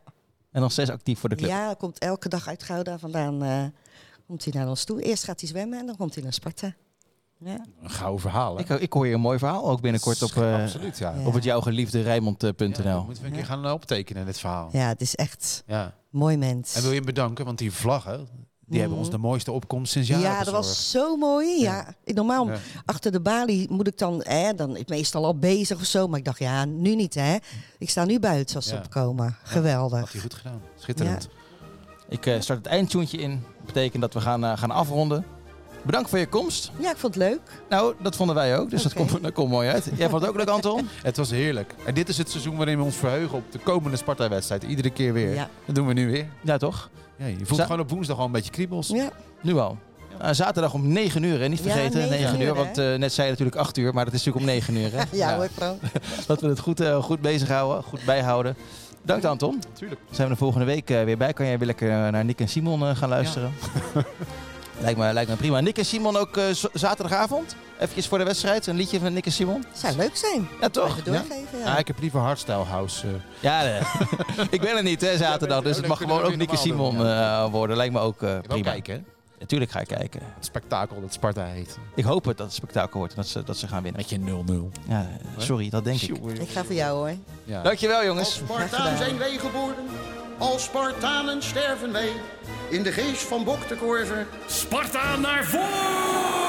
Speaker 2: En nog steeds actief voor de club.
Speaker 3: Ja, hij komt elke dag uit Gouda vandaan. eh, komt hij naar ons toe. Eerst gaat hij zwemmen en dan komt hij naar Sparta. Ja.
Speaker 4: Een gouden verhaal, hè?
Speaker 2: Ik, ik hoor je een mooi verhaal ook binnenkort op, eh,
Speaker 4: Absoluut, ja.
Speaker 3: Ja.
Speaker 2: op het jouw geliefde eh, Rijmond.nl.
Speaker 4: Ja, dat moeten we een keer gaan eh, optekenen, dit verhaal.
Speaker 3: ja, het is echt
Speaker 4: Ja.
Speaker 3: een mooi mens.
Speaker 4: En wil je hem bedanken, want die vlaggen, die hebben ons de mooiste opkomst sinds jaren
Speaker 3: Ja, dat
Speaker 4: bezorgd.
Speaker 3: was zo mooi. Ja. Ik- Normaal
Speaker 4: Ja.
Speaker 3: achter de balie moet ik dan, hè, dan ik meestal al bezig of zo. Maar ik dacht, ja, nu niet hè. Ik sta nu buiten als ze
Speaker 4: Ja.
Speaker 3: opkomen.
Speaker 4: Had
Speaker 3: Geweldig.
Speaker 4: hij goed gedaan. Schitterend.
Speaker 2: Ik eh, start het eindtoontje in. Dat betekent dat we gaan, eh, gaan afronden. Bedankt voor je komst.
Speaker 3: Ja, ik vond het leuk.
Speaker 2: Nou, dat vonden wij ook, dus dat,
Speaker 3: Oké.
Speaker 2: komt, dat komt mooi uit. Jij vond het ook leuk, Anton?
Speaker 4: Het was heerlijk. En dit is het seizoen waarin we ons verheugen op de komende Sparta-wedstrijd. Iedere keer weer.
Speaker 3: Ja.
Speaker 4: Dat doen we nu weer.
Speaker 2: Ja, toch?
Speaker 4: Ja, je voelt
Speaker 2: Za-
Speaker 4: gewoon op woensdag al een beetje kriebels.
Speaker 3: Ja,
Speaker 2: Nu al. Eh, zaterdag om 9 uur, hè? niet
Speaker 3: Ja,
Speaker 2: vergeten.
Speaker 3: 9
Speaker 2: 9 uur,
Speaker 3: uur, hè?
Speaker 2: want eh, net zei je natuurlijk 8 uur, maar dat is natuurlijk om 9 uur. Hè?
Speaker 3: ja hoor Frank.
Speaker 2: Dat we het goed, eh, goed bezighouden, goed bijhouden. Bedankt Anton.
Speaker 4: Tuurlijk.
Speaker 2: Zijn we er volgende week eh, weer bij? Kan jij weer lekker eh, naar Nick en Simon eh, gaan luisteren? lijkt, me, lijkt me prima. Nick en Simon ook eh, z- zaterdagavond. Even voor de wedstrijd. Een liedje van Nick en Simon.
Speaker 3: Zou leuk zijn.
Speaker 2: Ja, toch?
Speaker 3: Even doorgeven, ja.
Speaker 4: Ah, ik heb liever Hardstyle House. eh.
Speaker 2: Ja, eh, ik ben er niet hè, zaterdag. Dus het mag gewoon ook Nick en Simon eh, worden. Lijkt me ook eh,
Speaker 4: Ik wil
Speaker 2: prima.
Speaker 4: kijken, hè.
Speaker 2: Natuurlijk ga ik kijken.
Speaker 4: Het spektakel dat Sparta heet.
Speaker 2: Ik hoop het dat het spektakel wordt. en Dat ze, dat ze gaan winnen.
Speaker 4: Met je 0-0.
Speaker 2: Ja, eh, sorry, dat denk ik.
Speaker 3: Ik ga voor jou hoor.
Speaker 4: Ja.
Speaker 2: Dankjewel
Speaker 5: Als
Speaker 2: jongens.
Speaker 5: Spartaan zijn wij geboren, als Spartanen sterven wij. In de geest van Bok de Korver
Speaker 1: Sparta naar voren!